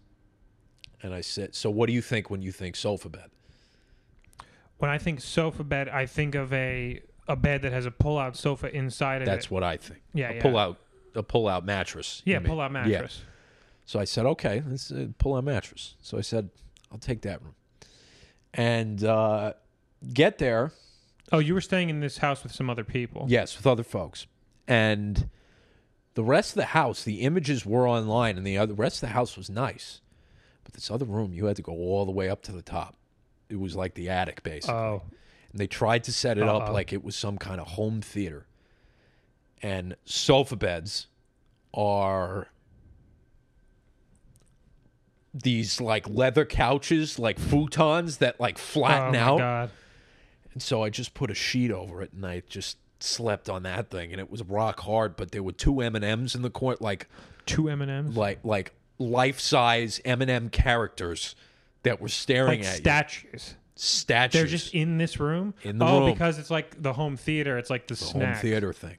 And I said, so what do you think when you think sofa bed?
When I think sofa bed, I think of a a bed that has a pull out sofa inside of it.
That's what I think.
Yeah,
a
yeah.
pull out, a pull out mattress. you
Yeah,
mean.
pull out
Yeah.
mattress.
So I said, okay, let's uh, pull out mattress. So I said, I'll take that room. And uh, get there,
Oh, you were staying in this house with some other people.
yes, with other folks. And the rest of the house, the images were online, and the other rest of the house was nice. But this other room, you had to go all the way up to the top. It was like the attic, basically.
Oh,
and they tried to set it up
Uh-oh.
like it was some kind of home theater. And sofa beds are these like leather couches, like futons that like
oh
flatten
my
out.
God.
And so I just put a sheet over it and I just slept on that thing and it was rock hard, but there were two M&Ms in the corner like
Two M and M's.
like like life-size M&M characters that were staring
Like
at you.
statues.
Statues.
They're just in this room.
In the
oh,
room.
because it's like the home theater. It's like the,
home
snack.
theater thing.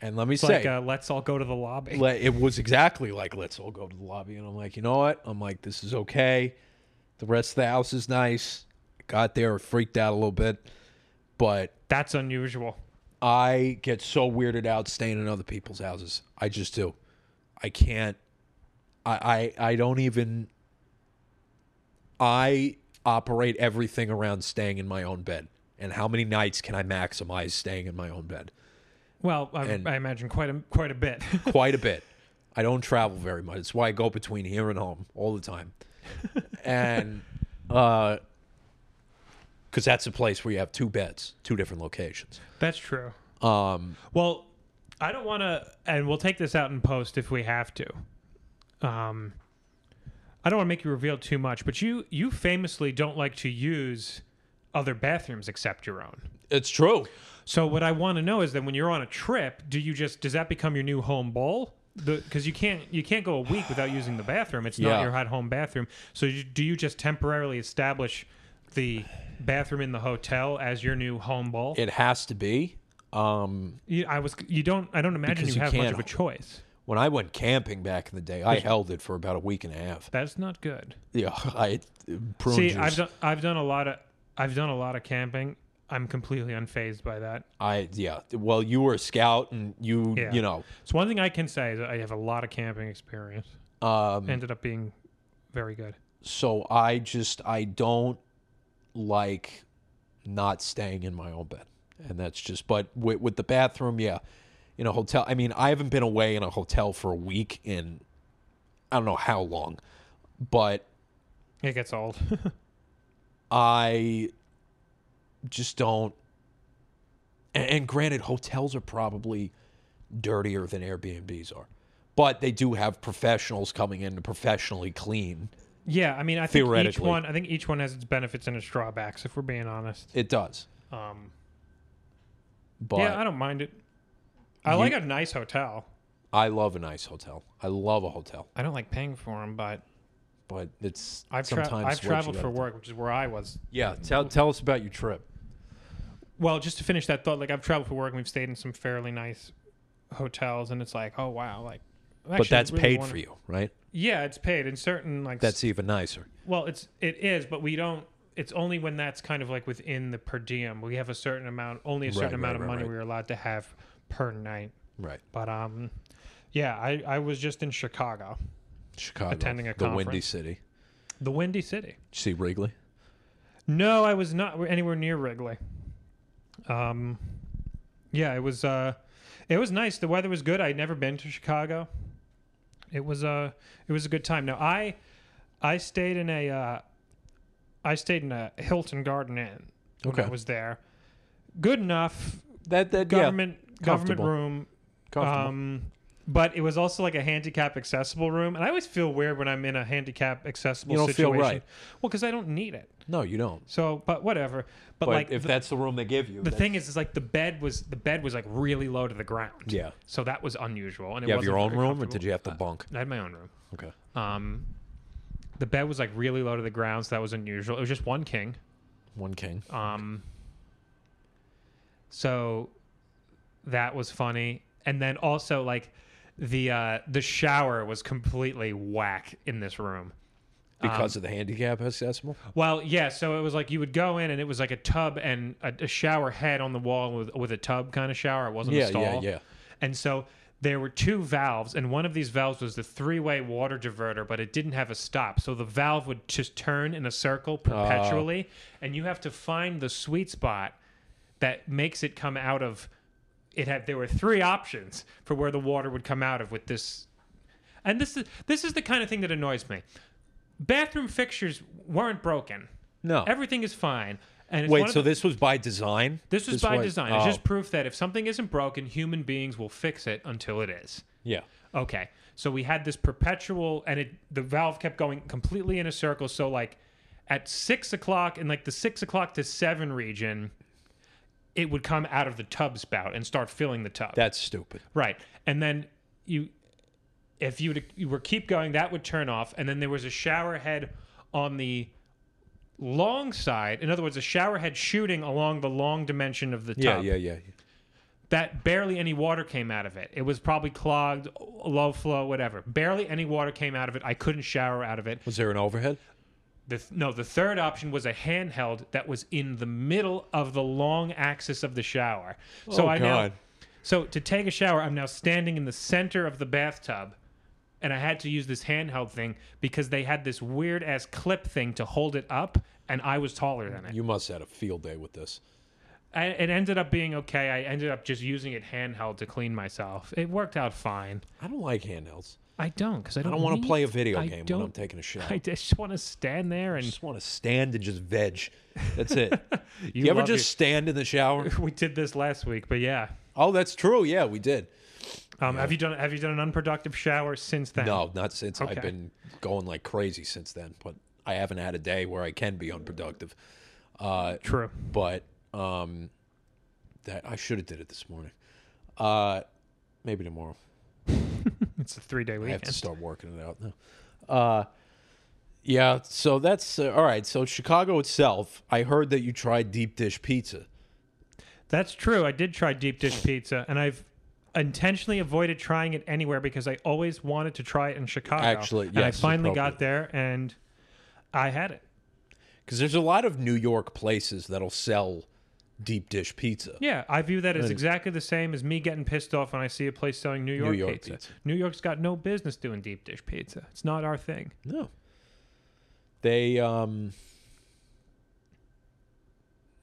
And let me
It's
say,
like uh, let's all go to the lobby.
le- it was exactly like let's all go to the lobby and i'm like you know what i'm like this is okay the rest of the house is nice got there freaked out a little bit but
That's unusual.
i get so weirded out staying in other people's houses i just do i can't i i, I don't even i operate everything around staying in my own bed and how many nights can i maximize staying in my own bed
Well, I,
And-
I imagine quite a quite a bit. <laughs>
quite a bit. <laughs> I don't travel very much. It's why I go between here and home all the time. And because that's a place where you have two beds, two different locations.
That's true.
Um,
Well, I don't want to, and we'll take this out in post if we have to. Um, I don't want to make you reveal too much, but you you famously don't like to use other bathrooms except your own.
it's true.
So what I want to know is that when you're on a trip, do you just does that become your new home bowl? Because you can't you can't go a week without using the bathroom. It's
Yeah.
not your at home bathroom. So you, do you just temporarily establish the bathroom in the hotel as your new home bowl?
It has to be. Um,
You, I was you don't I don't imagine
Because
you
you
have much
can't-
of a choice.
when I went camping back in the day, I held it for about a week and a half.
That's not good.
Yeah, <laughs> I prune
See,
juice.
I've done I've done a lot of I've done a lot of camping. I'm completely unfazed by that.
I yeah. Well, you were a scout, and you
Yeah.
you know.
It's one thing I can say is that I have a lot of camping experience.
Um,
Ended up being very good.
so I just I don't like not staying in my own bed, and that's just. But with, with the bathroom, yeah, in a hotel. I mean, I haven't been away in a hotel for a week in I don't know how long, but
It gets old. <laughs>
I just don't. And, and granted, hotels are probably dirtier than Airbnbs are, but they do have professionals coming in to professionally clean.
Yeah, I mean, I think each
Theoretically.
one. I think each one has its benefits and its drawbacks. If we're being honest,
It does,
um,
but
yeah, I don't mind it. I like a nice hotel.
I love a nice hotel. I love a hotel,
I don't like paying for them, but
but it's
I've tra-
sometimes
I've
what you
traveled for
gotta do.
work, which is where I was.
Yeah, tell tell us about your trip.
Well, just to finish that thought, like I've traveled for work and we've stayed in some fairly nice hotels, and it's like, oh wow, like.
but that's paid for you, right?
Yeah, it's paid in certain like
That's even nicer.
Well, it's it is, but we don't. It's only when that's kind of like within the per diem. We have a certain amount, only a certain
Right,
amount
right,
of
right,
money
right.
we're allowed to have per night.
Right.
But um, yeah, I I was just in Chicago,
Chicago.
Attending a
the Windy
conference.
City.
the Windy City.
Did you see Wrigley?
No, I was not anywhere near Wrigley. Um, yeah, it was uh, it was nice. The weather was good. I'd never been to Chicago. It was uh, it was a good time. Now I I stayed in a uh, I stayed in a Hilton Garden Inn when I
Okay.
was there. Good enough
That that
government government
comfortable.
room.
yeah. Comfortable.
Um, but it was also like a handicap accessible room, and I always feel weird when I'm in a handicap accessible
You don't feel
situation.
right.
Well, because I don't need it.
no, you don't.
So, but whatever. But,
But
like
if
the,
that's the room they give you,
the
that's-
thing is, is like the bed was the bed was like really low to the ground.
Yeah.
So that was unusual. And it
You have your own
wasn't very
room, or did
comfortable. Uh,
you have to bunk?
I had my own room.
Okay.
Um, the bed was like really low to the ground, so that was unusual. It was just one king.
One king.
Um, so that was funny, and then also like the uh, the shower was completely whack in this room. um,
Because of the handicap accessible?
Well, yeah. So it was like you would go in, and it was like a tub and a, a shower head on the wall with with a tub kind of shower. It wasn't
Yeah,
a
yeah,
stall.
yeah.
And so there were two valves, and one of these valves was the three way water diverter, but it didn't have a stop. So the valve would just turn in a circle
Ah.
perpetually, and you have to find the sweet spot that makes it come out of. It had there were three options for where the water would come out of with this, and this is this is the kind of thing that annoys me. Bathroom fixtures weren't broken.
No.
Everything is fine. And it's one
Oh. Wait,
of
so
the-
this was by design?
this was by
was-
design. It's
oh,
just proof that if something isn't broken, human beings will fix it until it is.
yeah.
Okay. So we had this perpetual, and it the valve kept going completely in a circle. So like at six o'clock, in like the six o'clock to seven region, it would come out of the tub spout and start filling the tub.
That's stupid.
Right. And then you, if you, would, you were keep going, that would turn off. And then there was a shower head on the long side. In other words, a shower head shooting along the long dimension of the tub.
Yeah, yeah, yeah, yeah.
That barely any water came out of it. It was probably clogged, low flow, whatever. Barely any water came out of it. I couldn't shower out of it.
Was there an overhead?
The th- no, the third option was a handheld that was in the middle of the long axis of the shower. So
Oh,
I now,
God.
so to take a shower, I'm now standing in the center of the bathtub, and I had to use this handheld thing because they had this weird ass clip thing to hold it up, and I was taller than it.
You must have had a field day with this.
I, it ended up being okay. I ended up just using it handheld to clean myself. It worked out fine.
I don't like handhelds.
I don't because I
I
don't,
don't want
need
to play a video
I
game when I'm
don't-
taking a shit.
<laughs> I
I
just want to stand there and
just want to stand and just veg. That's
<laughs>
it. you
you,
ever
love your-
just stand in the shower?
<laughs> we did this last week, but yeah.
Oh, that's true. Yeah, we did.
Um, Have you done Have you done an unproductive shower since then?
No, not since I've
Okay.
been going like crazy since then, but I haven't had a day where I can be unproductive. Uh,
True.
but um, that I should have did it this morning. Uh, maybe tomorrow.
It's a three
I
day
have
weekend.
to start working it out now. Uh, yeah, so that's uh, all right. So Chicago itself, I heard that you tried deep dish pizza.
That's true. I did try deep dish pizza, and I've intentionally avoided trying it anywhere because I always wanted to try it in Chicago.
Actually,
and I
yes,
finally got
appropriate.
there, and I had it.
Because there's a lot of New York places that'll sell deep dish pizza.
Yeah, I view that as exactly the same as me getting pissed off when I see a place selling New York,
York
pizza.
pizza.
New York's got no business doing deep dish pizza. It's not our thing.
No. They um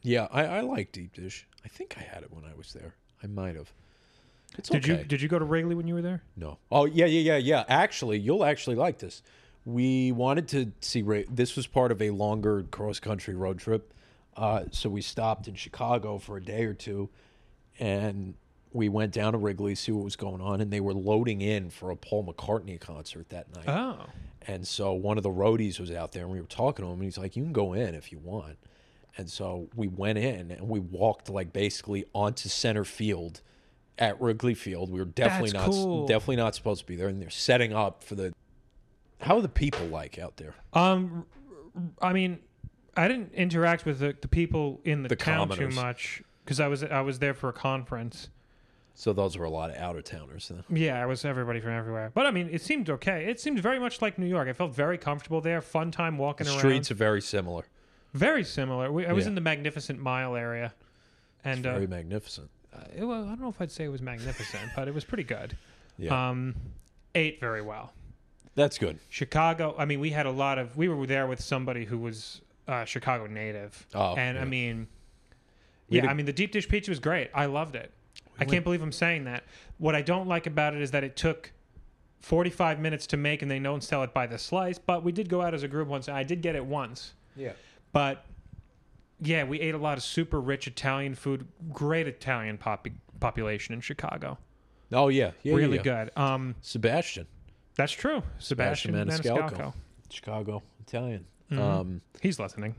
Yeah, I, I like deep dish. I think I had it when I was there. I might have. It's
Did
okay.
you Did you go to Wrigley when you were there?
no. Oh yeah, yeah, yeah, yeah. Actually, you'll actually like this. We wanted to see Ra- this was part of a longer cross country road trip. Uh, so we stopped in Chicago for a day or two and we went down to Wrigley see what was going on and they were loading in for a Paul McCartney concert that night.
Oh,
And so one of the roadies was out there and we were talking to him and he's like, You can go in if you want. And so we went in and we walked like basically onto center field at Wrigley Field. We were definitely
That's
not
cool.
definitely not supposed to be there and they're setting up for the How are the people like out there?
um, I mean, I didn't interact with the, the people in the,
The
town
commoners.
too much because I was I was there for a conference.
So those were a lot of out of towners then.
Yeah, it was everybody from everywhere. But I mean, it seemed okay. It seemed very much like New York. I felt very comfortable there. Fun time walking
The
around.
streets are very similar.
Very similar. We, I was
Yeah.
in the Magnificent Mile area, and uh,
very magnificent.
uh, it wa- I don't know if I'd say it was magnificent, but it was pretty good.
Yeah.
Um, ate very well.
That's good.
Chicago. I mean, we had a lot of. We were there with somebody who was uh, Chicago native,
Oh,
and I
yeah.
mean,
We
yeah,
had a-
I mean, the deep dish pizza was great. I loved it. I
went-
can't believe I'm saying that. What I don't like about it is that it took 45 minutes to make, and they don't sell it by the slice. But we did go out as a group once, and I did get it once.
Yeah.
But yeah, we ate a lot of super rich Italian food. Great Italian pop- population in Chicago.
Oh yeah. yeah
really
yeah.
good. Um,
Sebastian.
that's true. Sebastian,
Sebastian
Maniscalco.
Maniscalco. Chicago Italian.
Mhm.
Um
He's listening.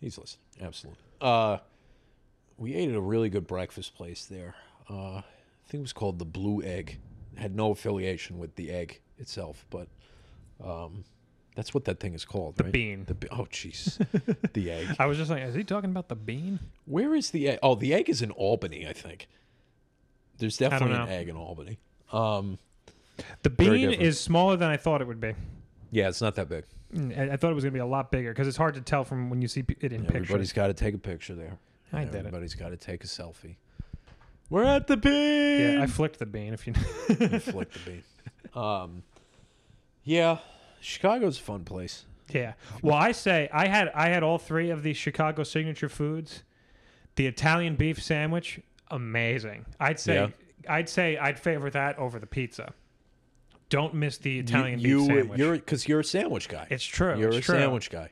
He's listening. Absolutely. Uh, we ate at a really good breakfast place there. Uh, I think it was called the Blue Egg. It had no affiliation with the egg itself, but um, that's what that thing is called,
The
right?
bean.
The be- oh,
<laughs>
jeez, the egg.
I was just like, is he talking about the bean?
Where is the egg? Oh, the egg is in Albany, I think. There's definitely an
know.
egg in Albany. Um,
The
Very
bean
different.
is smaller than I thought it would be.
yeah, it's not that big.
Mm, I I thought it was going to be a lot bigger because it's hard to tell from when you see p- it in
Everybody's
pictures.
got to take a picture there.
I did it.
Everybody's got to take a selfie. We're at the bean.
Yeah, I flicked the bean. If you
You flick the beat. Um, yeah, Chicago's a fun place.
<laughs> Yeah. Well, I say I had I had all three of these Chicago signature foods. The Italian beef sandwich, amazing. I'd say
Yeah.
I'd say I'd favor that over the pizza. Don't miss the Italian
you,
beef
you,
sandwich.
You're because you're a sandwich guy.
it's true.
you're
it's
a
true.
sandwich guy.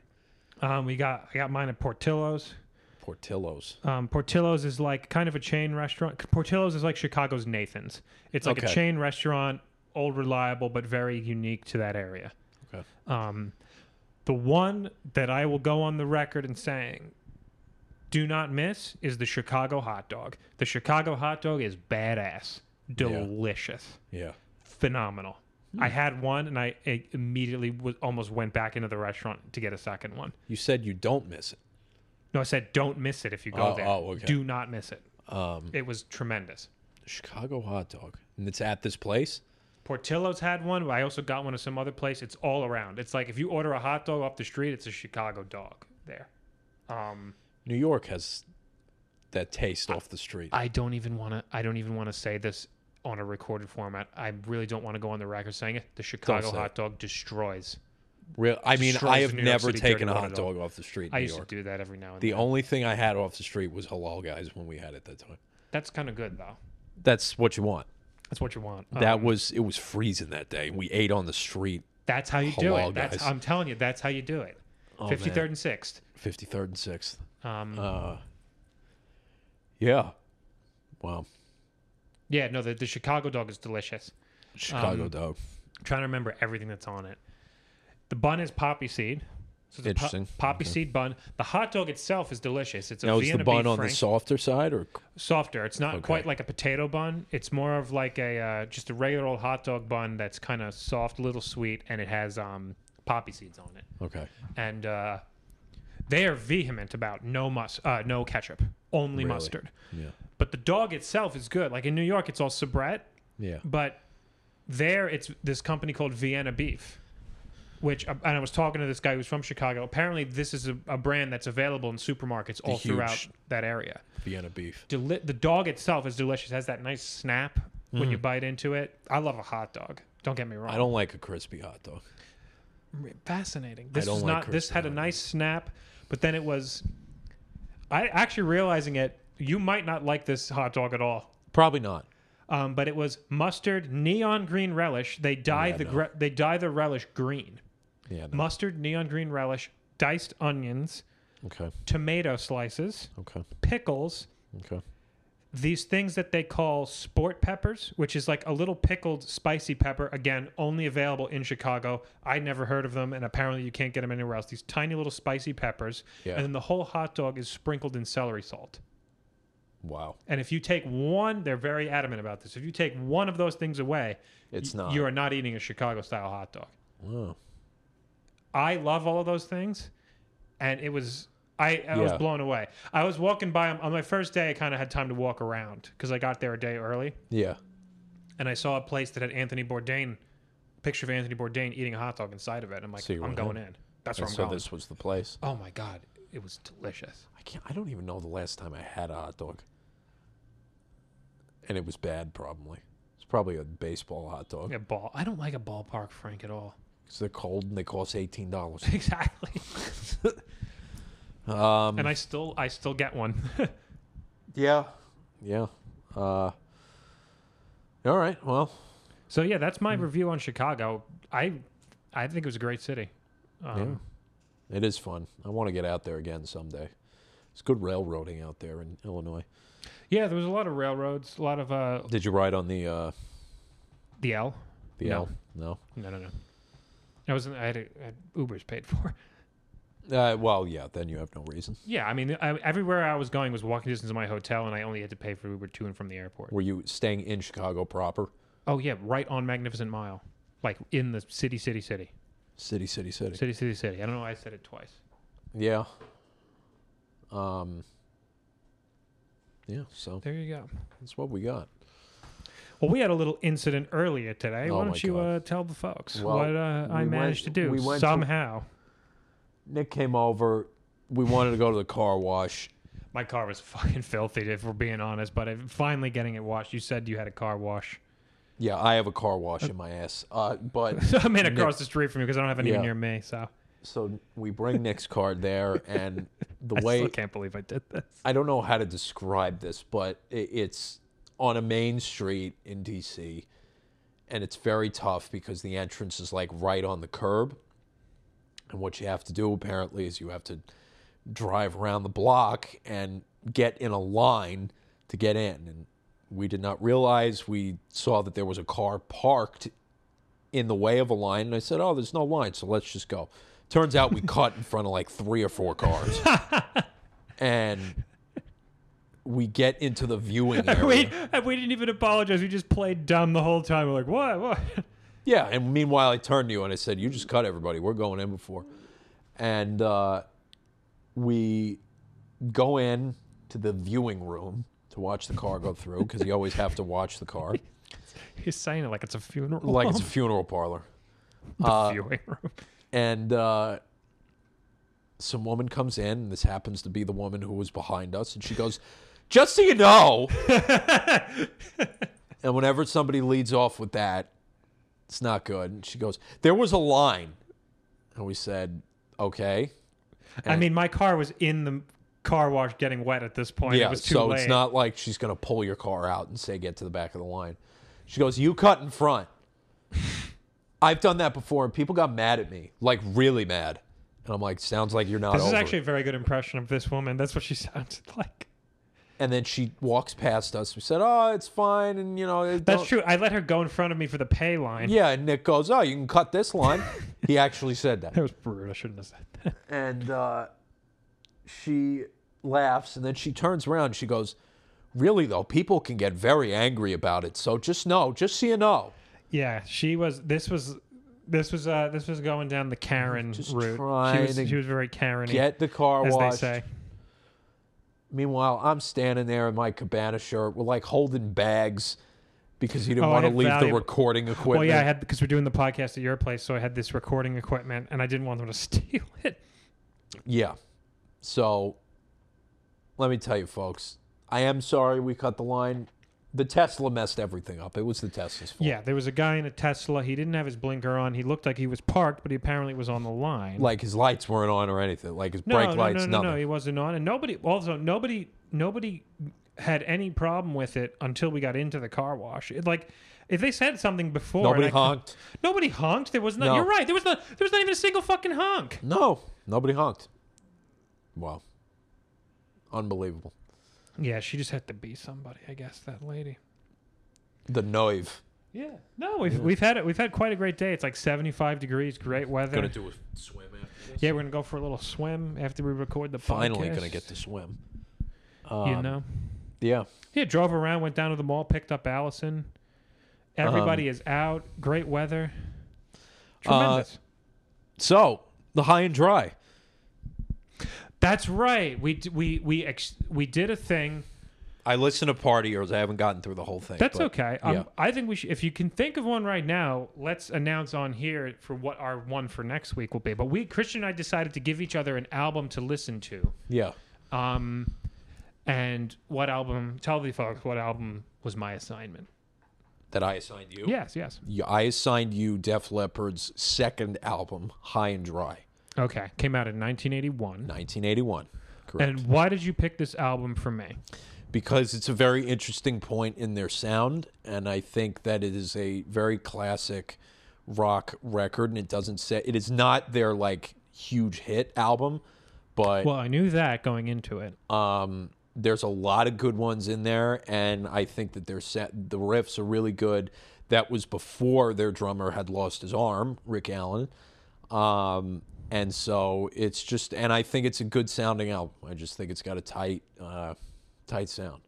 Um, we got I got mine at Portillo's.
Portillo's.
Um, Portillo's is like kind of a chain restaurant. Portillo's is like Chicago's Nathan's. It's like
Okay.
a chain restaurant, old reliable, but very unique to that area.
Okay.
Um, the one that I will go on the record and saying, do not miss, is the Chicago hot dog. The Chicago hot dog is badass, delicious,
Yeah.
phenomenal. I had one and I I immediately was, almost went back into the restaurant to get a second one.
You said you don't miss it.
No, I said don't miss it if you go
Oh,
there.
oh, okay. Um,
Do not miss it. it was tremendous.
Chicago hot dog, and it's at this place.
Portillo's had one, but I also got one at some other place. It's all around. It's like if you order a hot dog off the street, it's a Chicago dog there. Um,
New York has that taste off the street.
I don't even want to. I don't even want to say this on a recorded format. I really don't want to go on the record saying it. The Chicago
say
hot dog destroys
Real, I mean,
Destroys
I have
New York
never
City
taken
dirty
a
water
hot
dog.
dog off the street
I
in New
used
York.
to do that every now and
The
then.
only thing I had off the street was halal guys when we had it that time.
That's kind of good though.
That's what you want.
That's what you want.
that
Um,
was it was freezing that day. We ate on the street,
that's how you do
Halal
it. That's,
guys.
I'm telling you, that's how you do it.
Oh,
Fifty
man.
third and sixth.
53rd and 6th.
Um,
Uh, yeah. Wow.
yeah, no, the, the Chicago dog is delicious.
Chicago dog.
I'm trying to remember everything that's on it. The bun is poppy seed. So it's a po-
Interesting.
poppy seed bun. The hot dog itself is delicious. It's a
Now, is
Vienna
the bun
beef
on
frank,
the softer side or
softer. It's not
Okay.
quite like a potato bun. It's more of like a uh, just a regular old hot dog bun that's kind of soft, little sweet, and it has um, poppy seeds on it.
okay?
and uh, they are vehement about no mus- uh, no ketchup, only
Really?
mustard.
Yeah.
But the dog itself is good. Like in New York, it's all soubrette,
Yeah.
but there it's this company called Vienna Beef, which uh, and I was talking to this guy who's from Chicago. Apparently, this is a, a brand that's available in supermarkets all
huge-
throughout that area.
Vienna beef.
Deli- the dog itself is delicious. It has that nice snap when you bite into it. I love a hot dog. Don't get me wrong.
Mm. I don't like a crispy hot dog.
fascinating. This
don't
is
like
not. This
crispy
had a
hot
nice snap, but then it was. I actually realizing it, you might not like this hot dog at all.
Probably not.
Um, but it was mustard, neon green relish. They dye
yeah,
the
no.
gre- they dye the relish green.
Yeah. No.
Mustard, neon green relish, diced onions,
Okay.
tomato slices,
Okay.
pickles.
Okay.
These things that they call sport peppers, which is like a little pickled spicy pepper, again, only available in Chicago. I never heard of them, and apparently you can't get them anywhere else. These tiny little spicy peppers.
Yeah.
And then the whole hot dog is sprinkled in celery salt.
Wow.
And if you take one, they're very adamant about this. If you take one of those things away,
It's
y-
not. Oh.
You are not eating a Chicago style hot dog.
Wow.
I love all of those things, and it was I, I was
Yeah.
blown away. I was walking by 'em- on my first day. I kind of had time to walk around because I got there a day early,
Yeah.
and I saw a place that had Anthony Bourdain picture of Anthony Bourdain eating a hot dog inside of it. I'm like,
So you
I'm
went
going
in.
in. That's where
And
I'm
so
going.
this was the place.
oh my god, it was delicious.
I can't. I don't even know the last time I had a hot dog. And it was bad, probably. It's probably a baseball hot dog.
A ball. I don't like a ballpark Frank at all. <laughs>
Because they're cold and they cost eighteen dollars.
exactly.
Hmm. Um,
And I still I still get one. <laughs>
yeah, yeah. Uh, all right. Well,
so yeah, that's
Hmm.
my review on Chicago. I I think it was a great city. Um,
it is fun. I want to get out there again someday. It's good railroading out there in Illinois.
yeah. there was a lot of railroads, a lot of uh,
Did you ride on the uh,
the L.
the
No.
L? No.
No, no, no. I wasn't. I had, a, I had Uber's paid for. <laughs>
Uh, well, yeah. Then you have no reason.
Yeah, I mean, I, everywhere I was going was walking distance to my hotel, and I only had to pay for Uber to and from the airport.
Were you staying in Chicago proper?
Oh yeah, right on Magnificent Mile, like in the city, city, city,
City, city, city.
city, city, city. I don't know why I said it twice.
Yeah. Um. Yeah. So
There you go.
that's what we got.
Well, we had a little incident earlier today.
Oh,
why
my
don't you
God.
uh, tell the folks
Well,
what uh, I
we
managed
went-
to do
we went to-
somehow?
Nick came over. We wanted to go to the car wash.
My car was <laughs> fucking filthy, if we're being honest. But I'm finally getting it washed. You said you had a car wash. <laughs>
Yeah, I have a car wash in my ass. Uh, but
So I'm in
Nick-
across the street from you because I don't have any
Yeah.
near me. So
so we bring Nick's car there,
<laughs>
and the
I
way
still can't believe I did this. <laughs>
I don't know how to describe this, but i it's on a main street in DC, and it's very tough because the entrance is like right on the curb. And what you have to do apparently is you have to drive around the block and get in a line to get in. And we did not realize we saw that there was a car parked in the way of a line. And I said, Oh, there's no line, so let's just go. Turns out we cut in front of like three or four cars. and we get into the viewing area.
We, and we didn't even apologize. We just played dumb the whole time. We're like, what? What? <laughs>
Yeah, and meanwhile, I turned to you and I said, "You just cut everybody. We're going in before." And uh, we go in to the viewing room to watch the car go through because you always have to watch the car
He's saying it like it's a funeral. <laughs>
like it's uh, a funeral parlor.
the viewing room.
And uh, some woman comes in, and this happens to be the woman who was behind us, and she goes, "Just so you
<laughs>
know." and whenever somebody leads off with that, it's not good. And she goes, "There was a line." And we said, okay.
I mean, my car was in the car wash getting wet at this point.
yeah,
it was too
so
late.
it's not like she's going to pull your car out and say, get to the back of the line. She goes, you cut in
<laughs>
front. I've done that before, and people got mad at me, like really mad. And I'm like, sounds like you're not
This is
over it."
actually a very good impression of this woman. That's what she <laughs> sounded like.
And then she walks past us. We said, oh, it's fine. And, you know, it
That's
don't-
true. I let her go in front of me for the pay line.
Yeah, and Nick goes, "Oh, you can cut this line."
<laughs>
he actually said that,
That was rude. I shouldn't have said that.
and uh, she laughs, and then she turns around. And she goes, "Really though, people can get very angry about it. So just know, just so you know,
Yeah, she was. This was. This was uh this was going down the Karen
Just
route. She
trying
was,
to
she was very Karen
get the car
as they
washed."
say.
Meanwhile, I'm standing there in my Cabana shirt, we're like holding bags because he didn't
Oh, I
want to
had
leave the
valuable-
recording equipment.
Well, yeah, I had because we're doing the podcast at your place, so I had this recording equipment, and I didn't want them to <laughs> steal it.
Yeah. So let me tell you, folks, I am sorry we cut the line. The Tesla messed everything up. It was the Tesla's fault.
Yeah, there was a guy in a Tesla. He didn't have his blinker on. He looked like he was parked, but he apparently was on the line.
Like his lights weren't on or anything. Like his
no,
brake
no,
lights,
no, no,
nothing.
no, he wasn't on, and nobody. Also, nobody, nobody had any problem with it until we got into the car wash. It, like, if they said something before, and
Nobody
I cou-
honked.
Nobody honked. There was not.
No.
You're right. There was not. There was not even a single fucking honk.
No, nobody honked. Wow. Unbelievable.
Yeah, she just had to be somebody, I guess. That lady.
The Noive.
Yeah. No, we've we've had it. We've had quite a great day. It's like 75 degrees, great weather.
Gonna do a swim after this.
yeah, we're gonna go for a little swim after we record the
Finally
podcast.
gonna get to swim.
You
Um,
know.
Yeah.
Yeah, drove around, went down to the mall, picked up Allison.
Um,
Everybody is out. Great weather.
uh,
Tremendous.
So the high and dry.
That's right. We d- we we ex- we did a thing.
I listened to Party Years. I haven't gotten through the whole thing.
That's
but
okay. Um,
yeah.
I think we should. If you can think of one right now, let's announce on here for what our one for next week will be. But we Christian and I decided to give each other an album to listen to.
Yeah.
Um, and what album? Tell the folks what album was my assignment.
That I assigned you.
Yes, yes.
Yeah, I assigned you Def Leppard's second album, High and Dry,
Okay, came out in 1981.
1981. Correct.
And why did you pick this album for me?
because it's a very interesting point in their sound, and I think that it is a very classic rock record, and it doesn't say it is not their like huge hit album, but
Well, I knew that going into it.
Um, there's a lot of good ones in there, and I think that their set, the riffs are really good. That was before their drummer had lost his arm, Rick Allen. Um, and so it's just, and I think it's a good sounding album. I just think it's got a tight, uh, tight sound.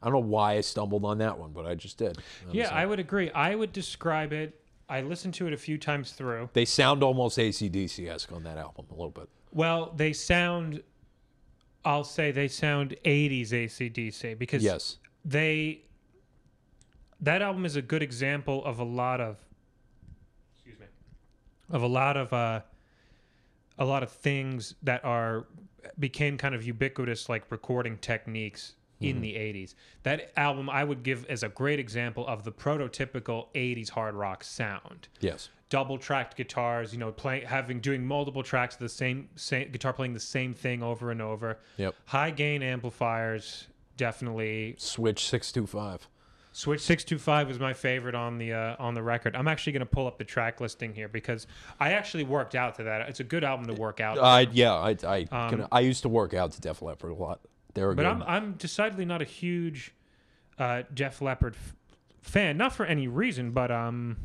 I don't know why I stumbled on that one, but I just did. And
Yeah,
so-
I would agree. I would describe it. I listened to it a few times through.
they sound almost ACDC esque on that album a little bit.
Well, they sound. I'll say they sound 80s ACDC because
Yes.
they that album is a good example of a lot of excuse me of a lot of uh a lot of things that are became kind of ubiquitous like recording techniques in the 80s that album i would give as a great example of the prototypical 80s hard rock sound
Yes.
double tracked guitars you know playing having doing multiple tracks of the same same guitar playing the same thing over and over
Yep.
high gain amplifiers definitely
Switch 625.
Switch six two five was my favorite on the uh, on the record. I'm actually going to pull up the track listing here because I actually worked out to that. It's a good album to work out. to.
I yeah, I I, can, I used to work out to Def Leppard a lot. They're a
Um, but
good.
I'm I'm decidedly not a huge uh, Def Leppard f- fan, not for any reason, but um,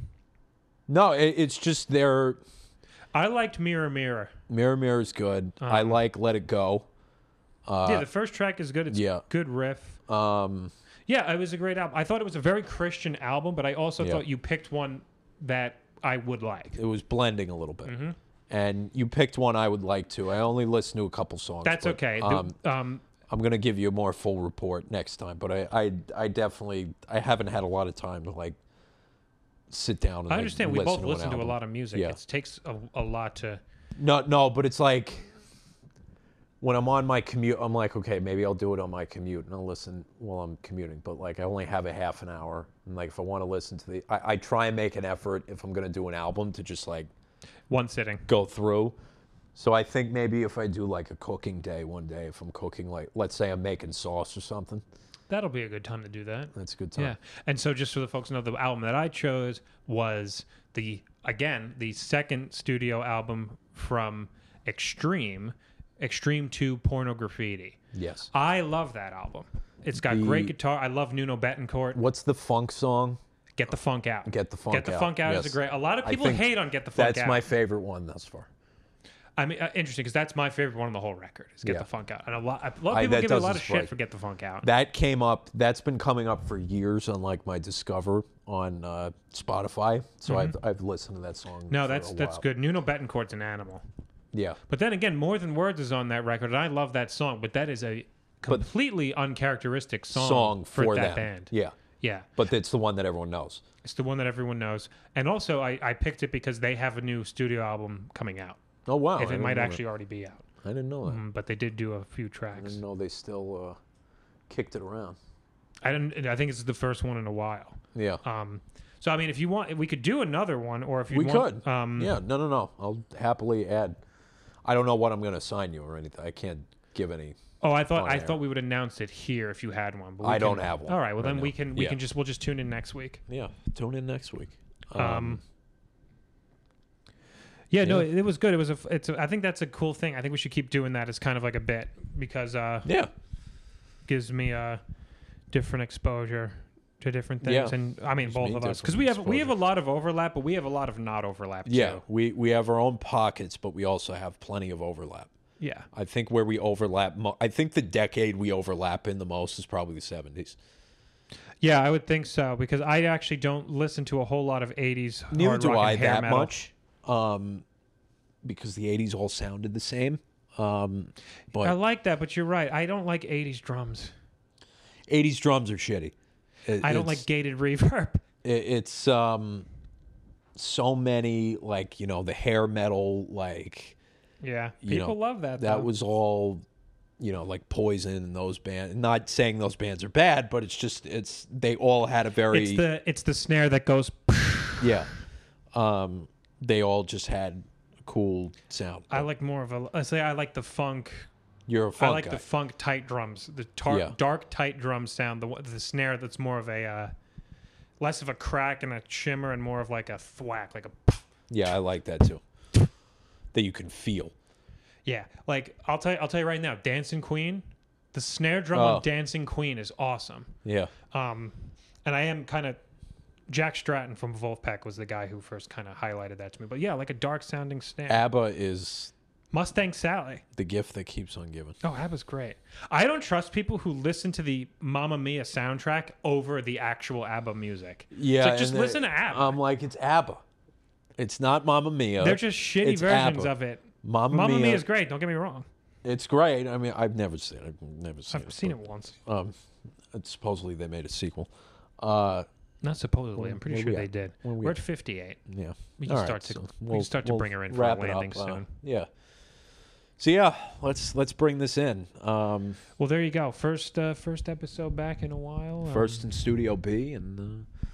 No, it, it's just their
I liked Mirror Mirror.
Mirror Mirror is good. I
Um,
like Let It Go.
yeah, the first track is good. It's
yeah.
good riff.
Um,
Yeah, it was a great album. I thought it was a very Christian album, but I also
Yeah.
thought you picked one that I would like.
it was blending a little bit,
Mm-hmm.
and you picked one I would like to. I only listened to a couple songs.
That's
but,
okay. The-
Um,
um,
I'm gonna give you a more full report next time, but I, I I definitely I haven't had a lot of time to like sit down. And
I understand.
Like,
We both
an
listen to a
album.
lot of music.
Yeah.
It takes a, a lot to.
No, no, but it's like when I'm on my commute, I'm like, okay, maybe I'll do it on my commute and I'll listen while I'm commuting. But like, I only have a half an hour, and like, if I want to listen to the, I, I try and make an effort if I'm gonna do an album to just like
one sitting.
go through. So I think maybe if I do like a cooking day one day, if I'm cooking like let's say I'm making sauce or something,
That'll be a good time to do that.
that's a good time.
Yeah. And so just so the folks know, the album that I chose was the again, the second studio album from Extreme, Extreme 2 Porno Graffiti.
Yes.
I love that album. It's got
The-
great guitar. I love Nuno Betancourt.
What's the funk song?
Get the funk out.
Get the funk
Get the
out.
funk out is
Yes.
a great. A lot of
I
people
think
hate on Get the funk out.
That's my favorite one thus far.
I mean, uh, interesting because that's my favorite one on the whole record. Is Get
Yeah.
the Funk Out, and a lot, a lot of
I-
people
that
give me a lot
doesn't
of
strike
shit for Get the Funk Out.
That came up. That's been coming up for years on like my Discover on uh, Spotify. So I've, I've listened to that song.
Mm-hmm. no,
for
that's
a
that's
while.
good. Nuno Betancourt's an animal,
Yeah,
but then again, More Than Words is on that record, and I love that song. But that is a completely uncharacteristic song,
song
for,
for, them.
that band.
Yeah,
yeah,
but it's the one that everyone knows.
it's the one that everyone knows. And also, I, I picked it because they have a new studio album coming out.
Oh wow! I
If it
didn't
might
know
actually already be out,
that. I didn't know that.
Mm, but they did do a few
I
tracks.
didn't know they still uh, kicked it around.
I didn't. I think it's the first one in a while.
Yeah.
Um, so I mean, if you want, we could do another one, or if you
We
want,
could.
um,
yeah, no, no, no. I'll happily add. I don't know what I'm going to assign you or anything. I can't give any.
Oh, I thought
on
I
air.
thought we would announce it here if you had one. But we
I
can-
don't have one
All right, well
right
then we
now.
can we
Yeah.
can just we'll just tune in next week.
Yeah, tune in next week.
Um, yeah, no,
yeah.
it, it was good. It was a f- it's a, I think that's a cool thing. I think we should keep doing that as kind of like a bit because uh
yeah,
gives me a different exposure to different
Yeah.
things and I mean
Gives
both
me
of us because
different
we have we have a lot of overlap, but we have a lot of not overlap.
yeah.
too.
We we have our own pockets, but we also have plenty of overlap.
yeah.
I think where we overlap, mo- I think the decade we overlap in the most is probably the '70s.
Yeah, I would think so because I actually don't listen to a whole lot of '80s.
Neither
hard
do
rock and
I
hair
that
metal.
much, um, because the '80s all sounded the same. Um, but
I like that, but you're right. I don't like '80s drums.
'80s drums are shitty. It-
I don't
it's-
like gated reverb. <laughs>
it, it's um so many like you know the hair metal like
Yeah,
You
people
know,
love that.
that
though.
was all you know like poison and those bands not saying those bands are bad but it's just it's they all had a very
it's the it's the snare that goes. <laughs>
yeah um they all just had a cool sound
I like more of a. I say I like the funk.
you're a Oh. funk
I like
guy.
the funk tight drums, the tar-
Yeah.
dark tight drum sound, the one- the snare that's more of a uh, less of a crack and a shimmer and more of like a thwack, like a.
yeah i like that too that you can feel
Yeah, like I'll tell you, I'll tell you right now, Dancing Queen, the snare drum
Oh.
on Dancing Queen is awesome.
yeah
Um, and I am kind of Jack Stratton from Wolfpack was the guy who first kind of highlighted that to me. But yeah, like a dark sounding snare.
abba is
Mustang Sally.
the gift that keeps on giving
Oh, that was great. I don't trust people who listen to the Mamma Mia soundtrack over the actual ABBA music.
yeah
It's like,
and
just
um, the-
listen to ABBA.
i'm like it's abba it's not Mamma Mia.
They're just shitty
it's
versions
ABBA.
of it.
Mamma,
Mamma
Mia.
Mia is great. Don't get me wrong.
It's great. I mean, I've never seen it. I've never seen
I've
it.
seen it once.
Um, supposedly they made a sequel. Uh,
Not supposedly. I'm pretty
where
sure
we
they
at?
did.
Where we
We're
at?
at 58.
yeah.
We can
All right,
start to
so
we can
we'll-
start to
we'll
bring her in for a
wrap it up,
landing
uh,
soon.
yeah. So yeah, let's let's bring this in. Um,
Well, there you go. First uh, first episode back in a while. Um,
first in Studio B, and uh,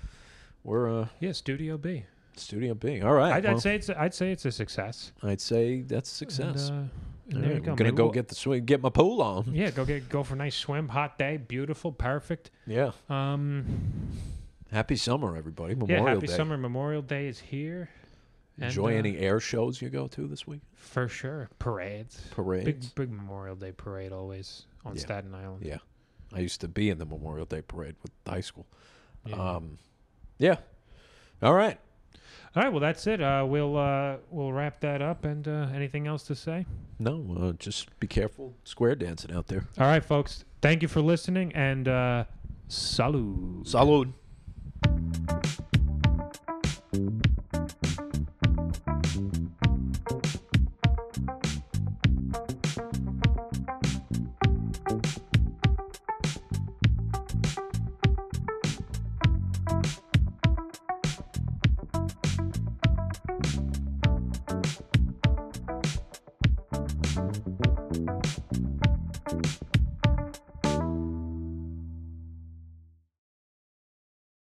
we're uh,
yeah, Studio B.
Studio B. All right.
I'd,
well,
I'd say it's I'd say it's a success.
I'd say that's success.
And, uh, and
All
there
right,
you go.
I'm gonna
Maybe
go
we'll-
get the swing, get my pool on.
yeah, go get go for a nice swim. Hot day, beautiful, perfect.
Yeah.
Um,
Happy summer, everybody.
yeah,
Memorial
happy
Day.
summer. Memorial Day is here. And,
Enjoy
uh,
any air shows you go to this week.
for sure. Parades.
Parades.
Big big Memorial Day parade always on
Yeah.
Staten Island.
Yeah. I used to be in the Memorial Day parade with high school.
Yeah.
Um, yeah. All right.
All right, well that's it. Uh, we'll uh, we'll wrap that up. And uh, anything else to say?
No, uh, just be careful square dancing out there.
All right, folks. Thank you for listening and uh, salut.
Salud.